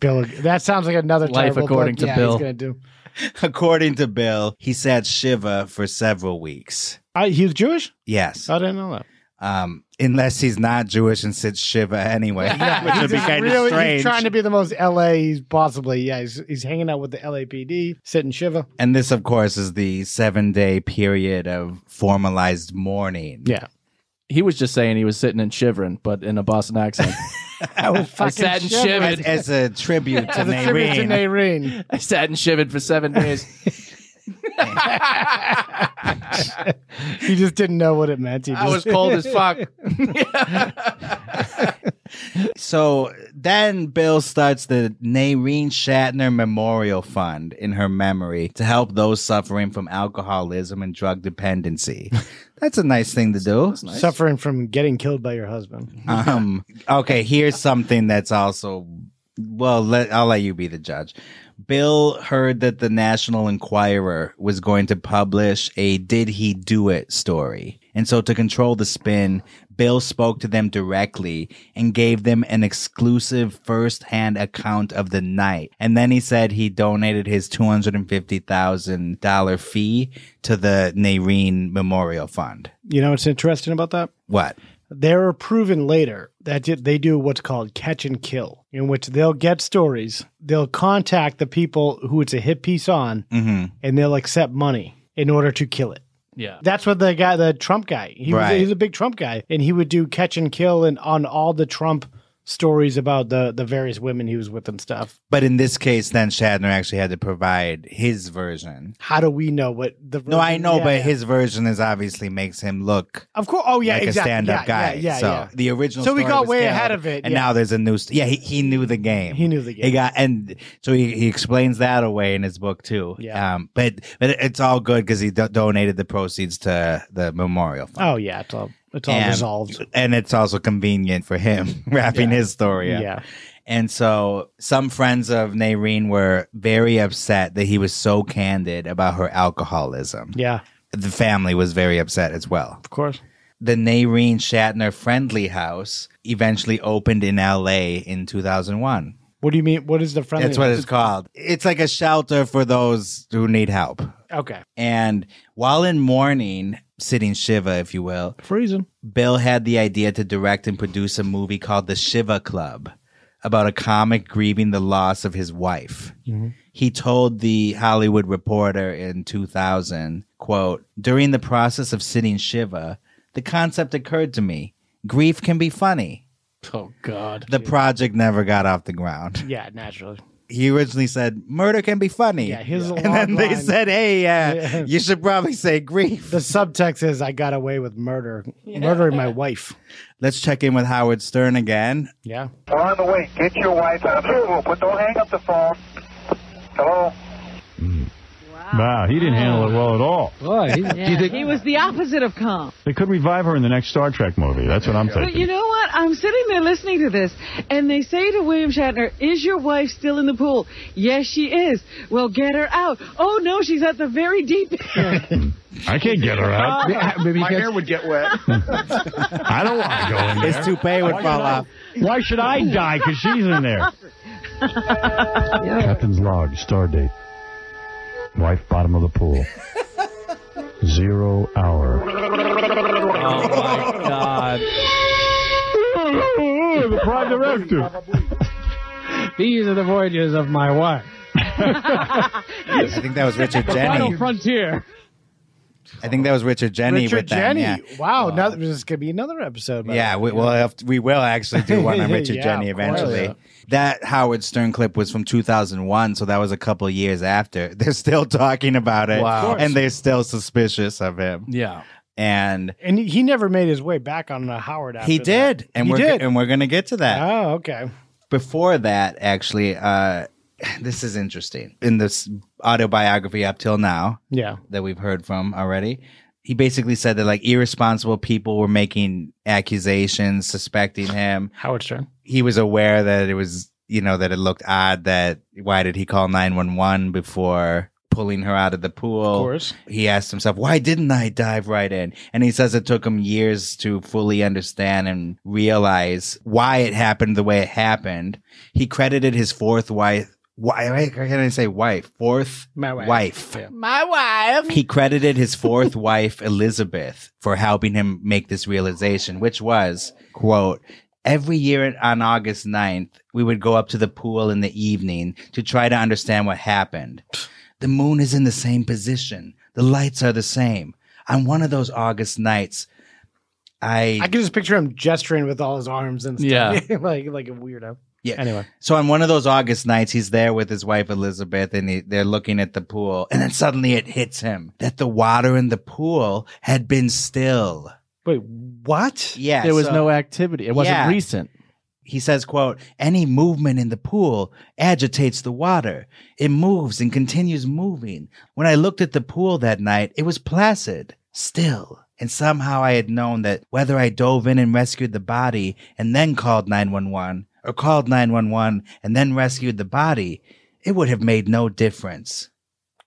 J: Bill, that sounds like another
K: Life
J: terrible
K: according
J: book.
K: to
J: yeah,
K: Bill.
J: He's gonna do.
A: according to Bill, he sat shiva for several weeks.
J: I, he was Uh, Jewish.
A: Yes,
J: I didn't know that.
A: um, unless he's not Jewish and sits shiva anyway, which would be
J: He's
A: kind
J: really-
A: of strange.
J: He's trying to be the most LA he's possibly. Yeah, he's, he's hanging out with the LAPD, sitting shiva.
A: and this, of course, is the seven-day period of formalized mourning.
J: Yeah,
K: he was just saying he was sitting and shivering, but in a Boston accent.
J: I was
K: I
J: fucking
K: sat and
J: shiva.
K: shivered.
A: As, as a tribute to
J: As a tribute to
A: Naireen.
J: Naireen.
K: I sat and shivered for seven days.
J: He just didn't know what it meant. He
K: I was
J: just-
K: cold as fuck.
A: So then Bill starts the Naireen Shatner Memorial Fund in her memory to help those suffering from alcoholism and drug dependency. That's a nice thing to do.
J: Suffering from getting killed by your husband.
A: Um, okay, here's something that's also well. Let, I'll let you be the judge. Bill heard that the National Enquirer was going to publish a "Did he do it?" story, and so to control the spin, Bill spoke to them directly and gave them an exclusive first-hand account of the night. And then he said he donated his two hundred and fifty thousand dollar fee to the Naireen Memorial Fund.
J: You know what's interesting about that?
A: What?
J: They're proven later that it- they do what's called catch and kill, in which they'll get stories, they'll contact the people who it's a hit piece on,
A: Mm-hmm.
J: and they'll accept money in order to kill it.
K: Yeah.
J: That's what the guy, the Trump guy, he
A: Right.
J: was, he's a big Trump guy, and he would do catch and kill and on all the Trump stories about the the various women he was with and stuff.
A: But in this case, then Shatner actually had to provide his version.
J: How do we know what the
A: No, I know,
J: Yeah,
A: but
J: yeah.
A: his version is obviously makes him look
J: of course, oh yeah,
A: like
J: exactly.
A: a stand-up
J: yeah,
A: guy.
J: Yeah, yeah,
A: so
J: yeah.
A: the original.
J: So we
A: story
J: got
A: was
J: way
A: scaled,
J: ahead of it,
A: and
J: yeah.
A: now there's a new. St- yeah, he, he knew the game.
J: He knew the game.
A: He got and so he, he explains that away in his book too.
J: Yeah.
A: Um, but but it's all good because he do- donated the proceeds to the memorial fund.
J: Oh yeah, it's all it's all
A: And-
J: resolved.
A: And it's also convenient for him wrapping his story up.
J: Yeah.
A: And so some friends of Nairine were very upset that he was so candid about her alcoholism.
J: Yeah.
A: The family was very upset as well.
J: Of course.
A: The Nairine Shatner friendly house eventually opened in LA in 2001.
J: What do you mean? What is the friendly?
A: That's what it's called. It's like a shelter for those who need help.
J: Okay.
A: And while in mourning, sitting Shiva, if you will,
J: freezing,
A: Bill had the idea to direct and produce a movie called The Shiva Club about a comic grieving the loss of his wife. He told the Hollywood Reporter in 2000, quote, "During the process of sitting Shiva, the concept occurred to me. Grief can be funny."
K: Oh god.
A: The project never got off the ground.
J: Yeah, naturally.
A: He originally said murder can be funny.
J: Yeah, here's a
A: and then
J: long
A: they
J: line.
A: said, "Hey, uh, you should probably say grief."
J: The subtext is I got away with murder, murdering my wife.
A: Let's check in with Howard Stern again.
J: Yeah.
O: We're on the way. Get your wife out of the pool, but don't hang up the phone. Hello?
L: Wow, he
K: Oh.
L: didn't handle it well at all.
M: Boy,
L: he- do you think-
M: he was the opposite of calm.
L: They could revive her in the next Star Trek movie. That's what I'm
M: But you
L: thinking.
M: know what? I'm sitting there listening to this, and they say to William Shatner, Is your wife still in the pool? Yes, she is. Well, get her out. Oh, no, she's at the very deep end.
L: I can't get her out.
J: Uh,
R: My hair would get wet.
L: I don't want to go in there.
A: His toupee would fall off.
L: Why should I die? Because she's in there. Captain's log, star date. Wife, bottom of the pool. Zero hour.
K: Oh my god.
O: Mm-hmm.
L: the prime directive.
S: These are the voyages of my wife.
A: I think that was Richard
S: The final
A: Jenny.
S: frontier.
A: I think that was Richard Jenny
J: Richard
A: with them.
J: Jenny.
A: Yeah.
J: Wow. now this is gonna be another episode. by
A: Yeah,
J: the way.
A: we, we'll have to- we will actually do one on Richard
J: Yeah,
A: Jenny
J: of course.
A: eventually.
J: Yeah.
A: That Howard Stern clip was from 2001, so that was a couple years after. They're still talking about it,
J: Wow. Of course.
A: and they're still suspicious of him.
K: Yeah,
A: and
J: and he never made his way back on uh, Howard. After
A: he
J: that.
A: did, and
J: He
A: we're
J: did.
A: and we're gonna get to that.
J: Oh, okay.
A: before that, actually, uh, this is interesting. In this autobiography up till now,
J: Yeah.
A: that we've heard from already, he basically said that like irresponsible people were making accusations, suspecting him.
J: Howard Stern.
A: He was aware that it was, you know, that it looked odd that why did he call nine one one before pulling her out of the pool? Of
J: course.
A: He asked himself, why didn't I dive right in? And he says it took him years to fully understand and realize why it happened the way it happened. He credited his fourth wife. Why, why can I say wife? Fourth
J: My wife.
K: My wife.
A: He credited his fourth wife, Elizabeth, for helping him make this realization, which was, quote, Every year on August 9th, we would go up to the pool in the evening to try to understand what happened. The moon is in the same position. The lights are the same. On one of those August nights, I
J: I can just picture him gesturing with all his arms and stuff.
A: Yeah.
J: like like a weirdo.
A: Yeah.
J: Anyway.
A: So on one of those August nights, he's there with his wife Elizabeth, and he, they're looking at the pool, and then suddenly it hits him that the water in the pool had been still.
J: Wait, what?
A: Yeah,
K: There was
A: so-
K: no activity. It wasn't
A: Yeah.
K: recent.
A: He says, "quote Any movement in the pool agitates the water. It moves and continues moving. When I looked at the pool that night, it was placid, still." And somehow I had known that whether I dove in and rescued the body and then called 911 or called 911 and then rescued the body, it would have made no difference.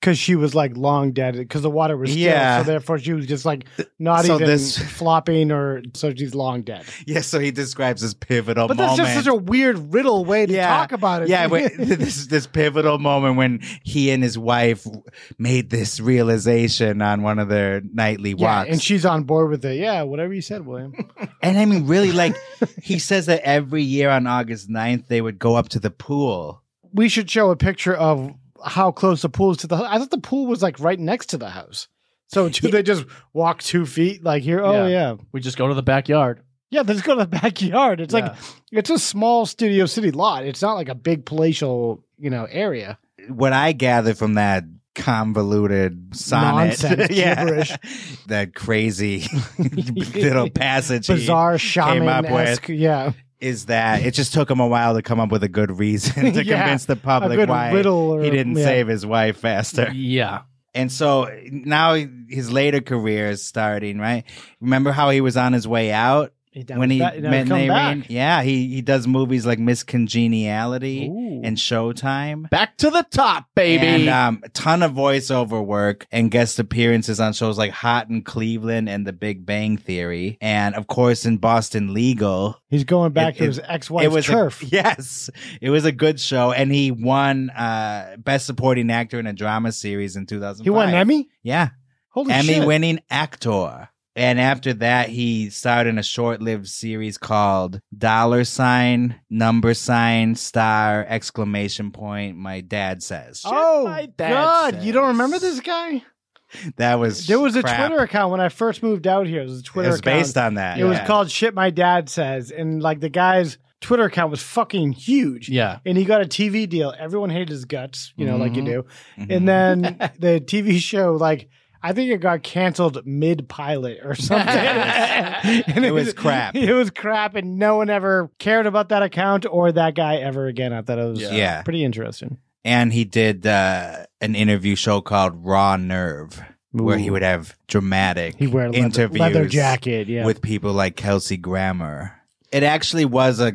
J: because she was like long dead because the water was still,
A: Yeah.
J: so therefore she was just like not
A: So
J: even
A: this-
J: flopping or so she's long dead.
A: Yeah, so he describes this pivotal
J: But that's
A: moment.
J: just such a weird riddle way to talk about it.
A: Yeah, wait, this this pivotal moment when he and his wife made this realization on one of their nightly
J: yeah,
A: walks.
J: and she's on board with it. Yeah, whatever you said, William.
A: And I mean, really, like, he says that every year on August 9th, they would go up to the pool.
J: we should show a picture of how close the pool is to the. I thought the pool was like right next to the house. So do they just walk two feet? Like here? Oh yeah, yeah.
K: We just go to the backyard.
J: they just go to the backyard. It's like
K: Yeah.
J: it's a small studio city lot. It's not like a big palatial, you know, area.
A: What I gather from that convoluted sonnet,
J: Nonsense, gibberish.
A: that crazy little passage he
J: Bizarre
A: came up with.
J: shaman-esque. Yeah.
A: Is that it? Just took him a while to come up with a good reason to
J: Yeah,
A: convince the
J: a
A: public
J: good
A: why
J: riddle or-
A: he didn't
J: yeah.
A: save his wife faster.
K: Yeah.
A: And so now his later career is starting, right? Remember how he was on his way out
J: down
A: when he
J: with that- now
A: met
J: come
A: Nairine?
J: back.
A: Yeah, he, he does movies like Miss Congeniality and Showtime.
K: Back to the top, baby.
A: And um, a ton of voiceover work and guest appearances on shows like Hot in Cleveland and The Big Bang Theory. And of course, in Boston Legal.
J: He's going back
A: It-
J: to
A: it-
J: his
A: it
J: ex-wife's
A: was a-
J: turf.
A: yes, it was a good show, and he won uh, best supporting actor in a drama series in 2005.
J: he won an Emmy.
A: Yeah.
J: Holy
A: Emmy
J: shit.
A: winning actor. And after that, he starred in a short lived series called Dollar Sign, Number Sign, Star, Exclamation Point, My Dad Says.
J: Oh
K: dad
J: God! You don't remember this guy?
A: That was.
J: There was a
A: crap.
J: Twitter account when I first moved out here. It was a Twitter
A: It was
J: account.
A: based on that.
J: It was
A: yeah.
J: called Shit My Dad Says. And like the guy's Twitter account was fucking huge.
K: Yeah.
J: And he got a TV deal. Everyone hated his guts, you know, like you
K: Mhm.
J: do.
A: Mm-hmm.
J: And then the TV show, like, I think it got canceled mid pilot or something. And
A: It was crap.
J: It was crap. And no one ever cared about that account or that guy ever again. I thought it was
A: Yeah. Yeah.
J: pretty interesting.
A: And he did uh, an interview show called Raw Nerve, where he
J: Ooh.
A: would have dramatic
J: He wear a leather,
A: interviews
J: leather jacket. Yeah.
A: with people like Kelsey Grammer. It actually was a.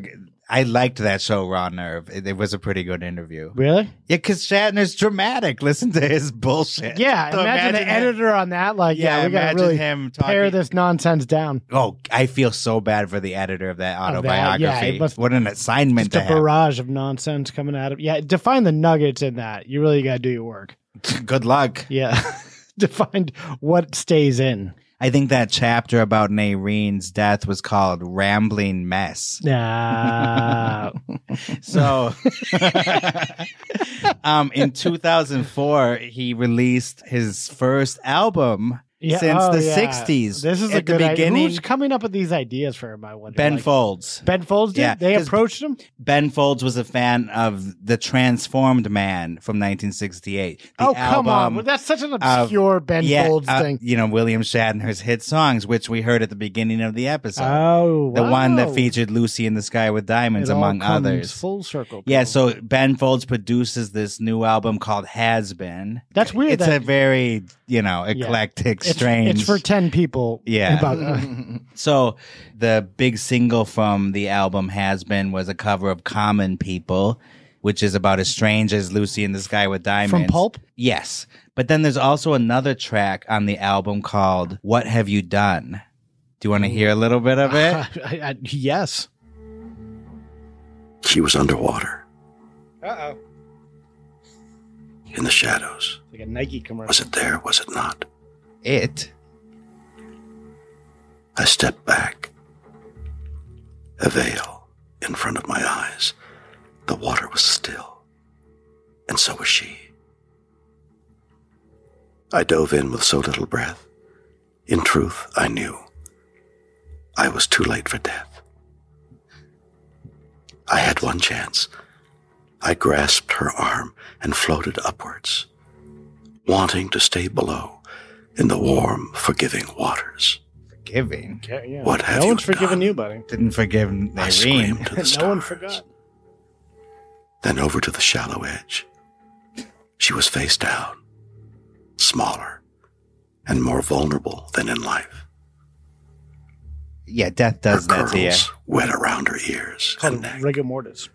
A: I liked that show, Raw Nerve. It, it was a pretty good interview.
J: really?
A: Yeah, because Shatner's dramatic. Listen to his bullshit.
J: Yeah.
A: So
J: imagine, the
A: him-
J: editor on that. Like, yeah,
A: Yeah,
J: we got to
A: imagine
J: really
A: him
J: pare
A: talking-
J: this nonsense down.
A: Oh, I feel so bad for the editor of that
J: Of that,
A: autobiography.
J: yeah, it must-
A: what an assignment
J: just
A: to
J: a
A: have.
J: barrage of nonsense coming out of yeah define the nuggets in that you really got to do your work
A: Good luck.
J: yeah define what stays in
A: I think that chapter about Nairene's death was called Rambling Mess.
J: nah
A: So, um, in 2004, he released his first album
J: Yeah,
A: since
J: oh,
A: the
J: yeah.
A: 60s.
J: this is
A: at
J: a good
A: the
J: idea.
A: beginning.
J: who's coming up with these ideas for him i wonder
A: Ben
J: Like,
A: Folds.
J: ben folds did?
A: Yeah,
J: they
A: 'cause-
J: approached him
A: Ben Folds was a fan of the Transformed Man from 1968. The
J: oh come on
A: album
J: Well, that's such an
A: of-
J: obscure ben
A: yeah,
J: folds
A: uh,
J: thing
A: You know William Shatner's hit songs, which we heard at the beginning of the episode.
J: oh
A: the one that
J: wow.
A: featured Lucy in the Sky with Diamonds,
J: It all
A: among
J: comes
A: others.
J: full circle
A: Yeah,
J: people.
A: so Ben Folds produces this new album called Has Been.
J: that's weird
A: It's
J: that
A: a very, you know, eclectic,
J: it's,
A: strange.
J: it's for 10 people
A: Yeah.
J: about, uh,
A: So the big single from the album Has Been was a cover of Common People, which is about as strange as Lucy in the Sky with Diamonds.
J: from pulp
A: Yes. But then there's also another track on the album called What Have You Done? Do you want to hear a little bit of it?
J: I- I- yes
I: She was underwater,
J: uh-oh
I: in the shadows.
J: like a nike commercial
I: Was it there? Was it not?
A: It.
I: I stepped back. A veil in front of my eyes. The water was still. And so was she. I dove in with so little breath. In truth, I knew. I was too late for death. I had one chance. I grasped her arm and floated upwards, wanting to stay below in the warm, forgiving waters.
A: Forgiving.
J: Yeah, yeah.
I: What have
J: no
I: you
J: one's forgiven
I: done?
J: you, buddy.
A: Didn't forgive
I: I
A: Irene.
I: screamed to the
J: no one
I: stars,
J: forgot.
I: then over to the shallow edge. She was face down, smaller, and more vulnerable than in life.
A: Yeah, death does
I: her
A: that
I: curls
A: to you.
I: wet around her ears and neck,
J: Rigor mortis.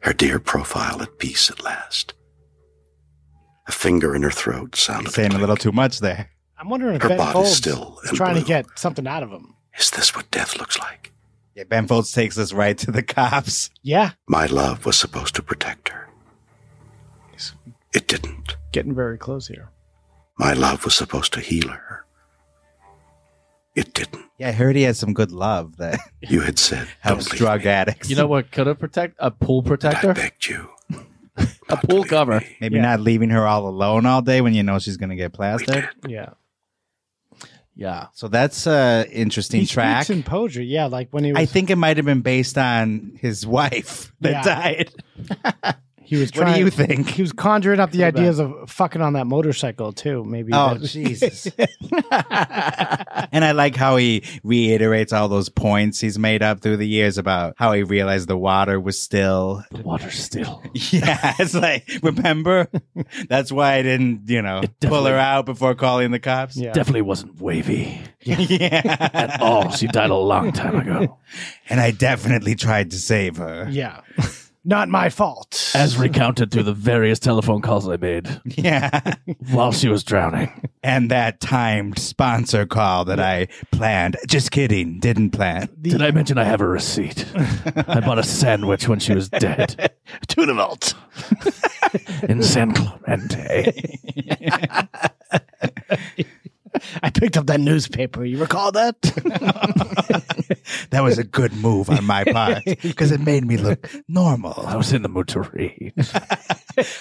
I: her dear profile at peace at last.
Q: A finger in her throat sounded.
A: Saying a little too much there.
J: I'm wondering if
Q: Her
J: Ben
Q: body's
J: Folds
Q: still
J: is trying to get something out of him.
Q: Is this what death looks like?
A: Yeah, Ben Folds takes us right to the cops.
J: Yeah.
Q: My love was supposed to protect her. It didn't.
J: Getting very close here.
Q: My love was supposed to heal her. It didn't.
A: Yeah, I heard he had some good love that
Q: you had said
A: helps drug addicts.
K: You know what could have protect a pool protector? I
Q: begged you.
K: a pool cover.
A: Maybe not leaving her all alone all day when you know she's gonna get plastered.
J: Yeah.
K: Yeah.
A: So that's a interesting
J: He
A: track.
J: speaks in poetry. Yeah, like when he was
A: I think it might have been based on his wife that
J: Yeah.
A: died.
J: he was
A: What do
J: trying,
A: you think?
J: He was conjuring up the
A: Look at
J: ideas of fucking on that motorcycle too, maybe.
A: Oh,
J: that-
A: Jesus. And I like how he reiterates all those points he's made up through the years about how he realized the water was still.
K: The water still.
A: Yeah, it's like, remember? That's why I didn't, you know, pull her out before calling the cops. Yeah.
K: Definitely wasn't wavy.
A: yeah.
K: At all. She died a long time ago.
A: And I definitely tried to save her.
J: yeah. Not my fault.
K: As recounted through the various telephone calls I made
A: Yeah.
K: while she was drowning.
A: And that timed sponsor call that I planned. Just kidding. Didn't plan.
K: Did I mention I have a receipt? I bought a sandwich when she was dead. Tuna melt. In San Clemente.
J: I picked up that newspaper. You recall that?
A: That was a good move on my part because it made me look normal. I
K: was in the mood to read.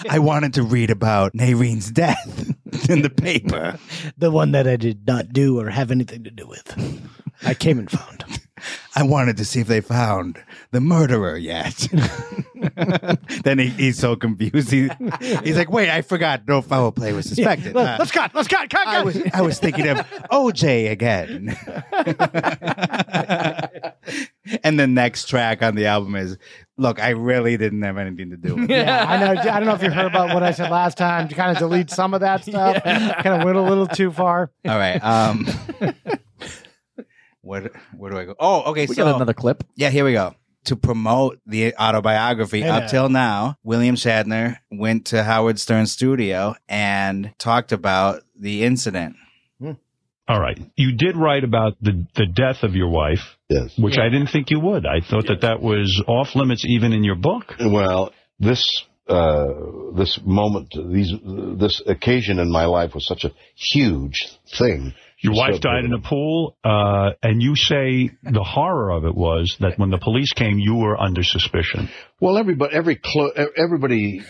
A: I wanted to read about Narine's death in the paper.
J: the one that I did not do or have anything to do with. I came and found.
A: I wanted to see if they found the murderer yet. then he, he's so confused. He, he's like, wait, I forgot. No foul play was suspected.
J: Yeah,
A: Uh,
J: let, us cut. Let's cut. Cut.
A: I
J: cut.
A: was, I was thinking of OJ again. and the next track on the album is Look, I really didn't have anything to do with it.
J: yeah, I know. I don't know if you heard about what I said last time. To kind of delete some of that stuff. Kind of went a little too far.
A: All right. Um, what where do I go? Oh, okay.
K: We
A: so
K: got another clip.
A: Yeah, here we go. To promote the autobiography
K: Yeah.
A: up till now, William Shatner went to Howard Stern's studio and talked about the incident.
T: All right. You did write about the, the death of your wife. Yes. Which I didn't think you would. I thought that that was off limits even in your book.
R: Well, this uh, this moment, these this occasion in my life was such a huge thing.
T: Your
R: So-
T: wife died in a pool, uh, and you say the horror of it was that when the police came, you were under suspicion.
R: Well, everybody, every clo- everybody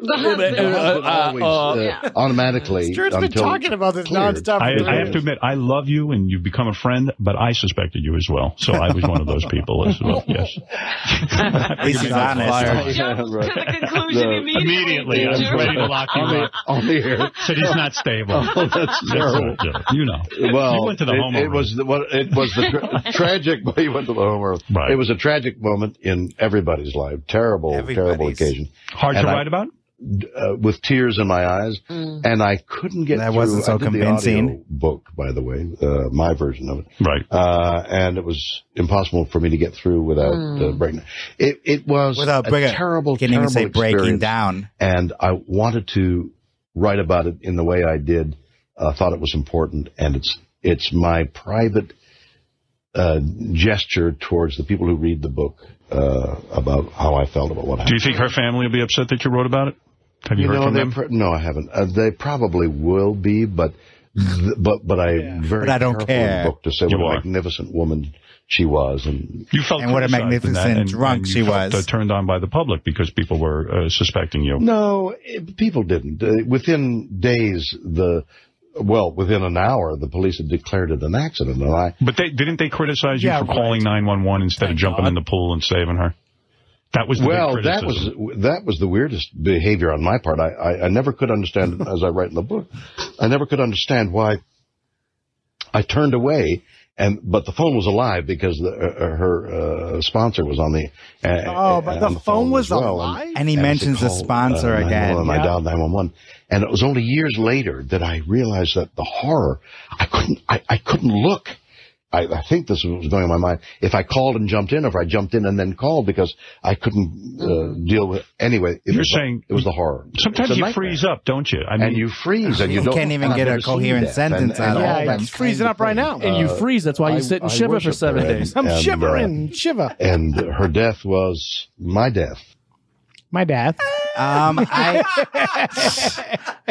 U: The
R: always, uh, automatically.
J: Oh, Stuart's been
T: until
J: talking about this nonstop.
T: I,
J: for
T: I have
J: years.
T: to admit, I love you, and you've become a friend, but I suspected you as well. So I was one of those people as well. Yes.
A: least he's honest.
T: conclusion immediately. I was ready to lock you up. Said he's not stable.
R: Oh, that's terrible.
T: right, Joe. You know.
R: Well,
T: you went to the
R: it,
T: home
R: it was the, well, it was the tra- tragic. Well, you went to the home right. It was a tragic moment in everybody's life. Terrible, terrible occasion.
T: Hard to
R: And I-
T: write about?
R: Uh, with tears in my eyes, and I couldn't get
A: That wasn't
R: through- I
A: so
R: did the
A: convincing.
R: audio book, by the way, uh, my version of it.
T: Right.
R: Uh, and it was impossible for me to get through without
A: Mm.
R: uh, breaking. It it was
A: Without
R: a
A: breaking-
R: terrible,
A: can't even
R: terrible
A: say breaking
R: experience.
A: down.
R: And I wanted to write about it in the way I did. I thought it was important, and it's it's my private uh, gesture towards the people who read the book uh, about how I felt about what happened.
T: Do you think her family will be upset that you wrote about it? Have you, heard
R: know,
T: from
R: they
T: them?
R: Pr- no, I haven't. Uh, they probably will be, but th- but but I very
A: But I don't
R: careful
A: care.
R: in the book to say
T: You
R: what
T: are.
R: a magnificent woman she was, and
T: You felt
A: And what a
T: criticized in that,
A: magnificent
T: and-
A: drunk
T: and you
A: she
T: felt,
A: was.
T: uh, turned on by the public because people were uh, suspecting you.
R: no, it, people didn't. Uh, within days, the well, within an hour, the police had declared it an accident, and I
T: But they didn't they criticize you
R: Yeah,
T: for calling 911 instead of jumping in the pool and saving her? That was the big
R: well, that
T: criticism.
R: was that was the weirdest behavior on my part. I, I, I never could understand, as I write in the book, I never could understand why I turned away. And but the phone was alive because the, uh, her uh, sponsor was on the. Uh,
J: Oh, but
R: on
J: the phone was
R: as well.
J: alive?
A: And he
R: I said,
A: mentions the
R: "Call,
A: sponsor
R: uh,
A: again."
R: 911.
A: Yeah.
R: I dialed nine one one, and it was only years later that I realized that the horror. I couldn't. I, I couldn't look I, I think this was going on my mind. If I called and jumped in, or if I jumped in and then called because I couldn't uh, deal with anyway. It
L: You're
R: was like-
L: saying-
R: it was the horror.
L: Sometimes
R: It's a
L: you
R: nightmare.
L: freeze up, don't you? I mean,
R: and you freeze, and you, don't,
A: can't even
R: and I've
A: get a
R: never seen
A: coherent
R: that.
A: sentence
R: And- and
A: out of
R: all
A: it.
R: that
A: I'm
R: kind
A: freezing
R: of Uh,
A: up right
R: thing.
A: now. And you freeze, that's why you sit and shiver for
R: worship
A: seven
R: her,
A: days.
J: I'm
R: and, uh,
J: shivering, shiver.
R: and her death was my death.
J: My dad.
A: Um, I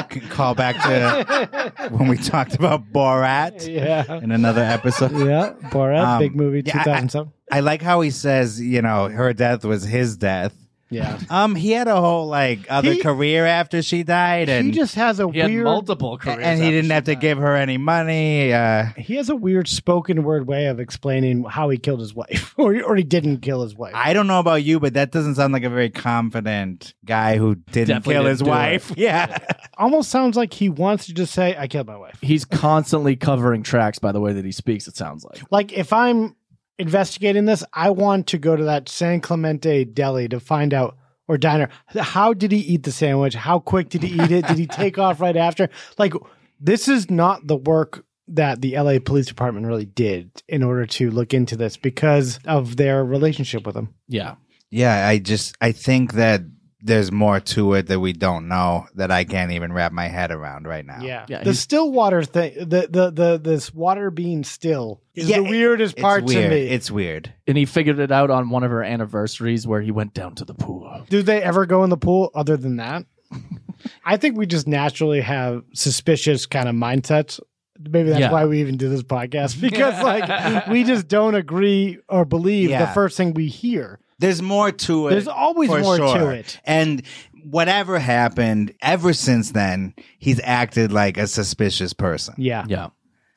A: could call back to when we talked about Borat
J: Yeah.
A: in another episode.
J: Yeah, Borat,
A: Um,
J: big movie,
A: yeah, I- I-
J: 2007.
A: I like how he says, you know, her death was his death.
J: Yeah.
A: Um, he had a whole like other
J: He-
A: career after she died, and
J: he just has a
K: He had
J: weird.
K: multiple careers.
A: and he didn't have to give her any money. Uh,
J: he has a weird spoken word way of explaining how he killed his wife, or or he didn't kill his wife.
A: I don't know about you, but that doesn't sound like a very confident guy who didn't
K: Definitely
A: kill
K: didn't
A: his
K: do it.
A: wife. Yeah.
J: Almost sounds like he wants to just say, "I killed my wife."
K: He's constantly covering tracks by the way that he speaks. It sounds like.
J: Like if I'm investigating this, I want to go to that San Clemente deli to find out or diner. How did he eat the sandwich? How quick did he eat it? Did he take off right after? Like this is not the work that the LA Police Department really did in order to look into this because of their relationship with him.
K: Yeah.
A: Yeah, I just I think that there's more to it that we don't know that I can't even wrap my head around right now.
J: Yeah.
K: Yeah,
J: the
K: he's-
J: still water thing, the, the, the, this water being still is
A: Yeah,
J: the weirdest
A: It's
J: part
A: weird.
J: to me.
A: It's weird.
K: And he figured it out on one of her anniversaries where he went down to the pool.
J: Do they ever go in the pool other than that? I think we just naturally have suspicious kind of mindsets. Maybe that's
K: Yeah.
J: why we even do this podcast because like we just don't agree or believe
A: Yeah.
J: the first thing we hear.
A: There's more to it.
J: There's always
A: for
J: more to
A: sure.
J: it.
A: And whatever happened, ever since then, he's acted like a suspicious person.
J: Yeah.
K: Yeah.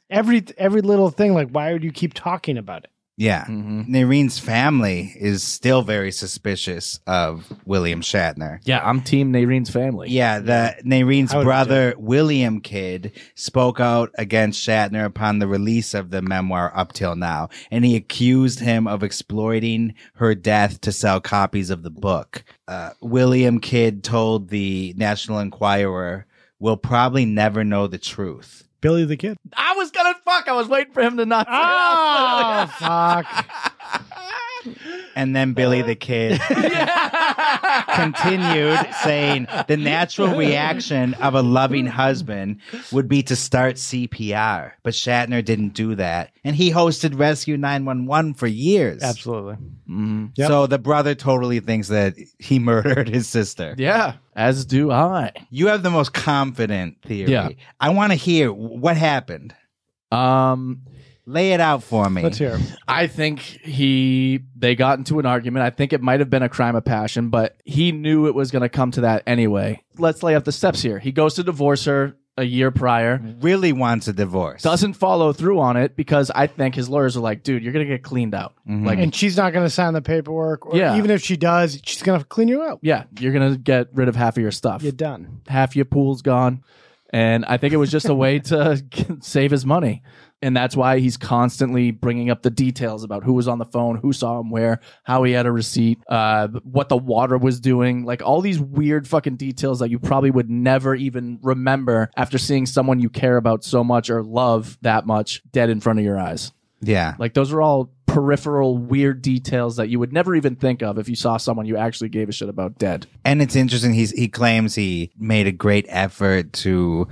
J: Every every little thing like why would you keep talking about it?
A: Yeah.
K: Mm-hmm.
A: Narine's family is still very suspicious of William Shatner.
K: Yeah, I'm Team Narine's family.
A: Yeah, the Narine's
J: I would
A: brother William Kidd spoke out against Shatner upon the release of the memoir up till now, and he accused him of exploiting her death to sell copies of the book. Uh, William Kidd told the National Enquirer, "We'll probably never know the truth."
J: Billy the Kid.
K: I was gonna fuck. I was waiting for him to knock.
J: Oh fuck.
A: And then Billy the Kid continued saying the natural reaction of a loving husband would be to start CPR, but Shatner didn't do that. And he hosted Rescue 911 for years. Mm-hmm.
J: Absolutely.
K: Mhm.
J: Yep.
A: So the brother totally thinks that he murdered his sister.
K: Yeah, as do I.
A: You have the most confident theory.
K: Yeah.
A: I want to hear what happened.
K: Um,
A: Lay it out for me.
J: Let's hear. it.
K: I think he they got into an argument. I think it might have been a crime of passion, but he knew it was going to come to that anyway. Let's lay out the steps here. He goes to divorce her a year prior.
A: Really wants a divorce.
K: Doesn't follow through on it because I think his lawyers are like, dude, you're going to get cleaned out. Like,
J: Mm-hmm. And she's not going to sign the paperwork or
K: Yeah.
J: even if she does, she's going to clean you up.
K: yeah, you're going to get rid of half of your stuff.
J: You're done.
K: half your pool's gone. And I think it was just a way to save his money. And that's why he's constantly bringing up the details about who was on the phone, who saw him where, how he had a receipt, uh, what the water was doing, like all these weird fucking details that you probably would never even remember after seeing someone you care about so much or love that much dead in front of your eyes.
A: Yeah.
K: Like those are all peripheral weird details that you would never even think of if you saw someone you actually gave a shit about dead.
A: And it's interesting. He's he claims he made a great effort to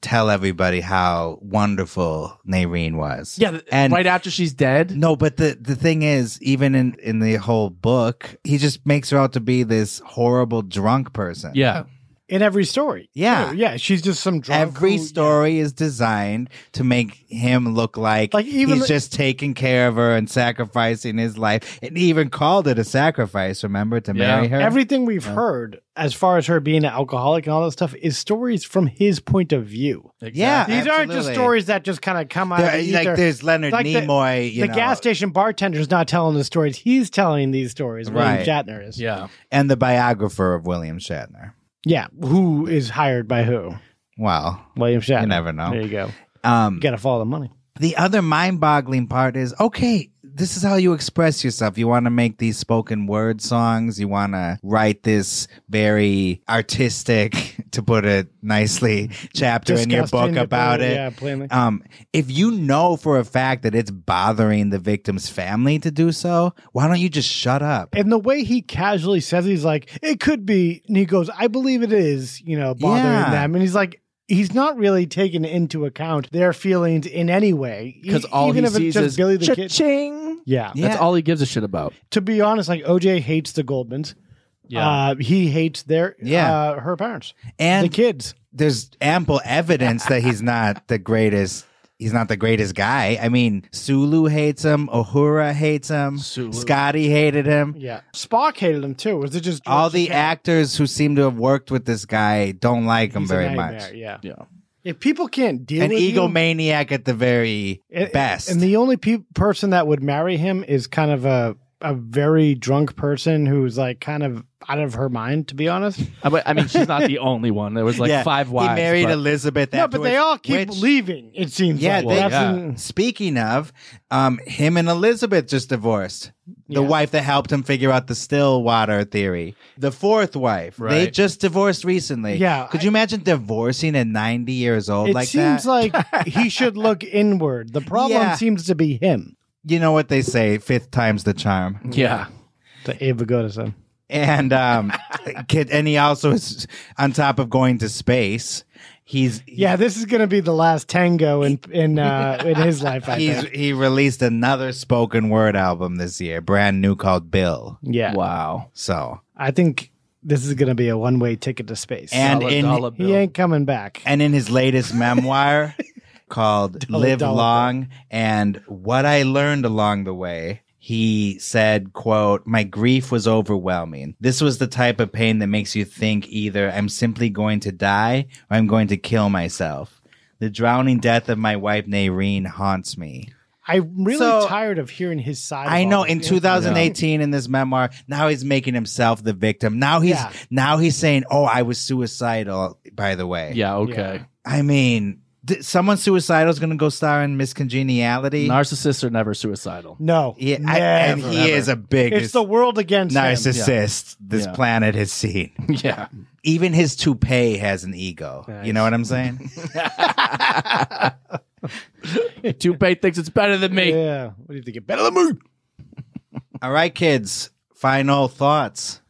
A: tell everybody how wonderful Nairine was.
K: Yeah,
A: and
K: right after she's dead.
A: no, but the the thing is, even in in the whole book, he just makes her out to be this horrible drunk person.
K: Yeah.
J: In every story.
A: Yeah.
J: Too. Oh, Yeah, she's just some drunk
A: Every
J: who-
A: story is designed to make him look like,
J: Like, even
A: he's
J: the-
A: just taking care of her and sacrificing his life. And he even called it a sacrifice, remember, to
K: Yeah.
A: marry her.
J: Everything we've heard as far as her being an alcoholic and all that stuff is stories from his point of view.
A: yeah,
J: These aren't just
A: absolutely.
J: stories that just kind of come out
A: There-
J: of the
A: like
J: ether.
A: there's Leonard
J: Like the-
A: Nimoy, you
J: the
A: know,
J: gas station bartender's not telling the stories. He's telling these stories.
A: Right.
J: William Shatner is.
K: Yeah.
A: and the biographer of William Shatner.
J: Yeah. Who is hired by who?
A: Wow.
J: William Shatner.
A: You never know.
J: There you go.
A: Um,
J: You got to follow the money.
A: the other mind boggling part is okay, this is how you express yourself. You want to make these spoken word songs, you want to write this very artistic to put it nicely, chapter in your book
J: Disgusting, but
A: about
J: plainly-
A: it.
J: yeah, plainly.
A: Um, if you know for a fact that it's bothering the victim's family to do so, why don't you just shut up?
J: And the way he casually says, it, he's like, it could be. And he goes, I believe it is, you know, bothering
A: Yeah.
J: them. And he's like, he's not really taking into account their feelings in any way. E-
K: 'Cause all
J: even
K: he
J: if it's
K: sees
J: just
K: is
J: Billy the Kid.
K: cha-ching.
J: Yeah.
K: That's all he gives a shit about.
J: To be honest, like OJ hates the Goldmans.
K: Yeah.
J: Uh, he hates their,
A: Yeah.
J: uh, her parents.
A: and
J: the kids.
A: There's ample evidence that he's not the greatest. He's not the greatest guy. I mean, Sulu hates him. Uhura hates him. Scotty hated him.
J: Yeah. Spock hated him too. Was it just
A: All
J: George
A: the actors who seem to have worked with this guy don't like him
J: He's a
A: very
J: nightmare,
A: much.
J: yeah.
K: Yeah.
J: If people can't deal
A: An
J: with you-
A: egomaniac at the very
J: And-
A: best.
J: And the only pe- person that would marry him is kind of a a very drunk person who's like kind of out of her mind, to be honest.
K: I, but- I mean, she's not the only one. There was like
J: Yeah,
K: five
J: he
K: wives.
A: married
K: but-
A: Elizabeth.
J: no, but they all keep
A: which-
J: leaving. It seems.
A: yeah,
J: like.
A: they-
J: That's
A: yeah.
J: an-
A: Speaking of, um, him and Elizabeth just divorced. The wife that helped him figure out the still water theory. The fourth wife. They
J: Right.
A: just divorced recently.
J: Yeah,
A: Could you imagine divorcing at 90 years old
J: it
A: like
J: seems
A: that?
J: like he should look inward. The problem
A: Yeah.
J: seems to be him.
A: you know what they say, fifth time's the charm.
K: Yeah.
J: The Ava Goodison.
A: And um kid and he also is on top of going to space. He's
J: Yeah, this is going to be the last tango in in uh, in his life. I
A: he's
J: think.
A: he released another spoken word album this year, brand new called Bill.
J: Yeah.
K: Wow.
A: So
J: I think this is going to be a one way ticket to space.
A: And Dollar, in- dollar
J: he ain't coming back.
A: and in his latest memoir called
J: Dollar,
A: Live
J: dollar.
A: Long and What I Learned Along the Way, he said, quote, My grief was overwhelming. This was the type of pain that makes you think either I'm simply going to die or I'm going to kill myself. The drowning death of my wife Nairine haunts me.
J: I'm really
A: So-
J: tired of hearing his side. of
A: I
J: all
A: know
J: this.
A: in
J: Yeah.
A: 2018 in this memoir, now he's making himself the victim. Now he's
J: Yeah.
A: now he's saying, "Oh, I was suicidal." By the way,
K: Yeah. Okay.
A: I mean, th- someone suicidal is going to go star in Miss Congeniality.
K: Narcissists are never suicidal.
J: No.
A: yeah, I- and
J: Never.
A: he is a
J: It's
A: biggest
J: the world against him.
A: narcissist this
K: Yeah.
A: planet has seen.
K: Yeah.
A: Even his toupee has an ego. You know what I'm saying?
K: Toupee thinks it's better than me.
J: Yeah. What do you think? Better than me.
A: All right, kids. Final thoughts.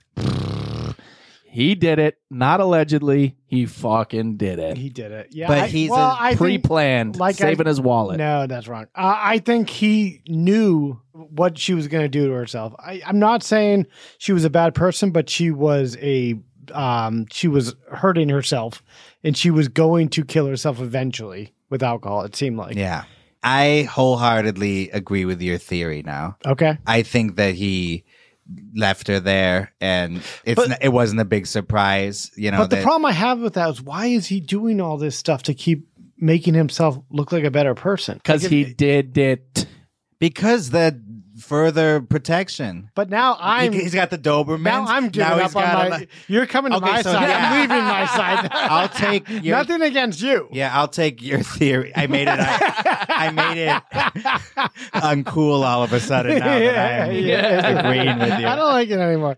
K: He did it. Not allegedly. He fucking did it.
J: He did it. Yeah.
K: But
J: I-
K: he's
J: well,
K: a
J: I think-
K: pre-planned, saving
J: I-
K: his wallet.
J: No, that's wrong. Uh, I think he knew what she was going to do to herself. I, I'm not saying she was a bad person, but she was a um she was hurting herself and she was going to kill herself eventually with alcohol it seemed like
A: Yeah. I wholeheartedly agree with your theory now.
J: okay
A: I think that he left her there and it's
J: But-
A: n- it wasn't a big surprise, you know,
J: but the
A: that-
J: problem I have with that is why is he doing all this stuff to keep making himself look like a better person?
K: Because
J: Like,
K: he
J: if-
K: did it.
A: because the further protection.
J: But now I'm.
A: he's got the Doberman.
J: now I'm giving
A: now
J: up
A: he's
J: on
A: got
J: my.
A: a li-
J: you're coming to
A: Okay,
J: my
A: so
J: side.
A: yeah.
J: I'm leaving my side.
A: I'll take your-
J: nothing against you.
A: Yeah, I'll take your theory. I made it. I, I made it uncool all of a sudden. Now that I'm agreeing with you.
J: I don't like it anymore.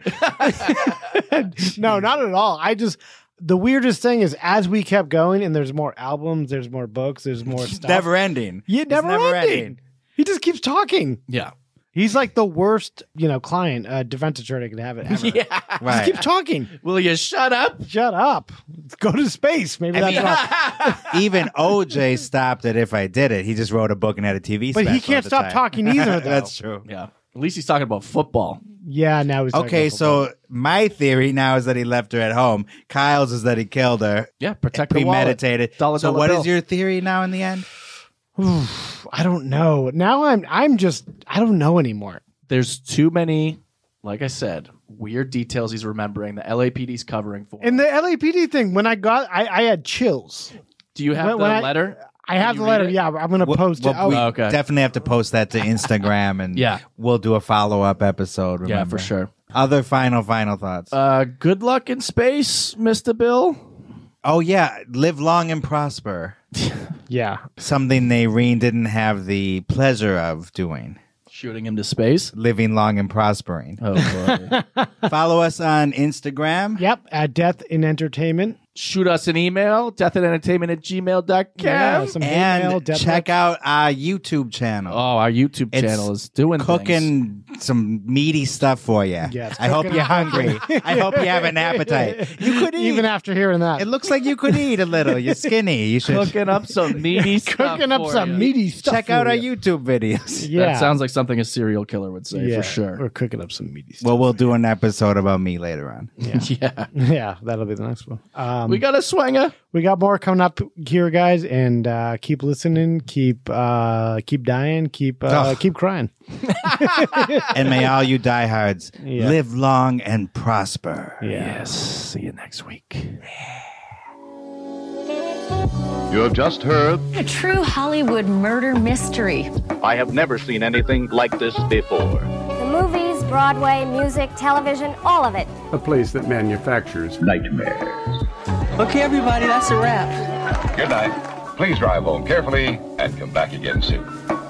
J: no, not at all. I just the weirdest thing is as we kept going and there's more albums, there's more books, there's more
A: It's
J: stuff.
A: never ending.
J: Yeah,
A: It's
J: never, ending. He just keeps talking.
K: Yeah.
J: He's like the worst, you know, client a defense attorney could have it ever.
K: Yeah.
A: Right.
J: Just keep talking.
K: Will you shut up?
J: Shut up. Let's go to space. Maybe
A: I
J: that's why.
A: mean, even OJ stopped it. If I did it, he just wrote a book and had a TV.
J: But he
A: special
J: can't
A: at the
J: stop
A: time.
J: talking either, though.
A: That's true.
K: Yeah. At least he's talking about football.
J: Yeah, now he's talking
A: Okay,
J: about football.
A: so my theory now is that he left her at home. Kyle's is that he killed her.
K: Yeah. Protect the wallet.
A: premeditated.
K: Dollar,
A: so
K: dollar
A: what is
K: bill.
A: your theory now in the end?
J: I don't know. Now I'm I'm just I don't know anymore.
K: There's too many, like I said, weird details he's remembering. The LAPD's covering for. him.
J: And the LAPD thing, when I got I, I had chills.
K: Do you have
J: When-
K: the
J: when I-
K: letter?
J: I have
K: you
J: the
K: read
J: letter.
K: it?
J: Yeah, I'm gonna post it.
A: Well,
J: Oh,
A: we
K: Okay.
A: definitely have to post that to Instagram, and
K: Yeah.
A: we'll do a follow up episode.
K: Yeah,
A: remember?
K: for sure.
A: Other final final thoughts.
K: Uh, good luck in space, Mister Bill.
A: oh yeah, live long and prosper.
J: yeah.
A: Something Nairine didn't have the pleasure of doing.
K: Shooting him to space.
A: Living long and prospering.
K: Oh, boy.
A: follow us on Instagram.
J: Yep. At Death in Entertainment.
K: shoot us an email, deathandentertainment at gmail.com.
A: Yeah, some hate And mail, death check out our YouTube channel.
K: Oh, our YouTube
A: It's
K: channel is doing things.
A: cooking some meaty stuff for you.
K: it's
A: I hope
K: cooking
A: you're
K: up.
A: hungry. I hope you have an appetite. You could eat.
J: Even after hearing that.
A: It looks like you could eat a little. You're skinny. You should
K: cooking up some meaty stuff.
J: Cooking up
K: for
J: some
K: you.
J: meaty stuff.
A: check
J: for
A: out our
J: you.
A: YouTube videos.
J: Yeah.
K: That sounds like something a serial killer would say
J: Yeah,
K: for sure.
J: We're cooking up some meaty
A: Well, we'll do an episode about me later on.
K: Yeah. yeah.
J: Yeah, that'll be the next one. Um,
K: We got a swanger.
J: we got more coming up here, guys, and uh, keep listening, keep uh, keep dying, keep uh,
A: Ugh.
J: keep crying.
A: and may all you diehards
J: Yeah.
A: live long and prosper.
J: Yes.
K: See you next week.
D: You have just heard.
V: A true Hollywood murder mystery.
D: I have never seen anything like this before.
W: The movies, Broadway, music, television, all of it.
X: A place that manufactures nightmares.
Y: Okay, everybody, that's a wrap.
B: Good night. Please drive home carefully and come back again soon.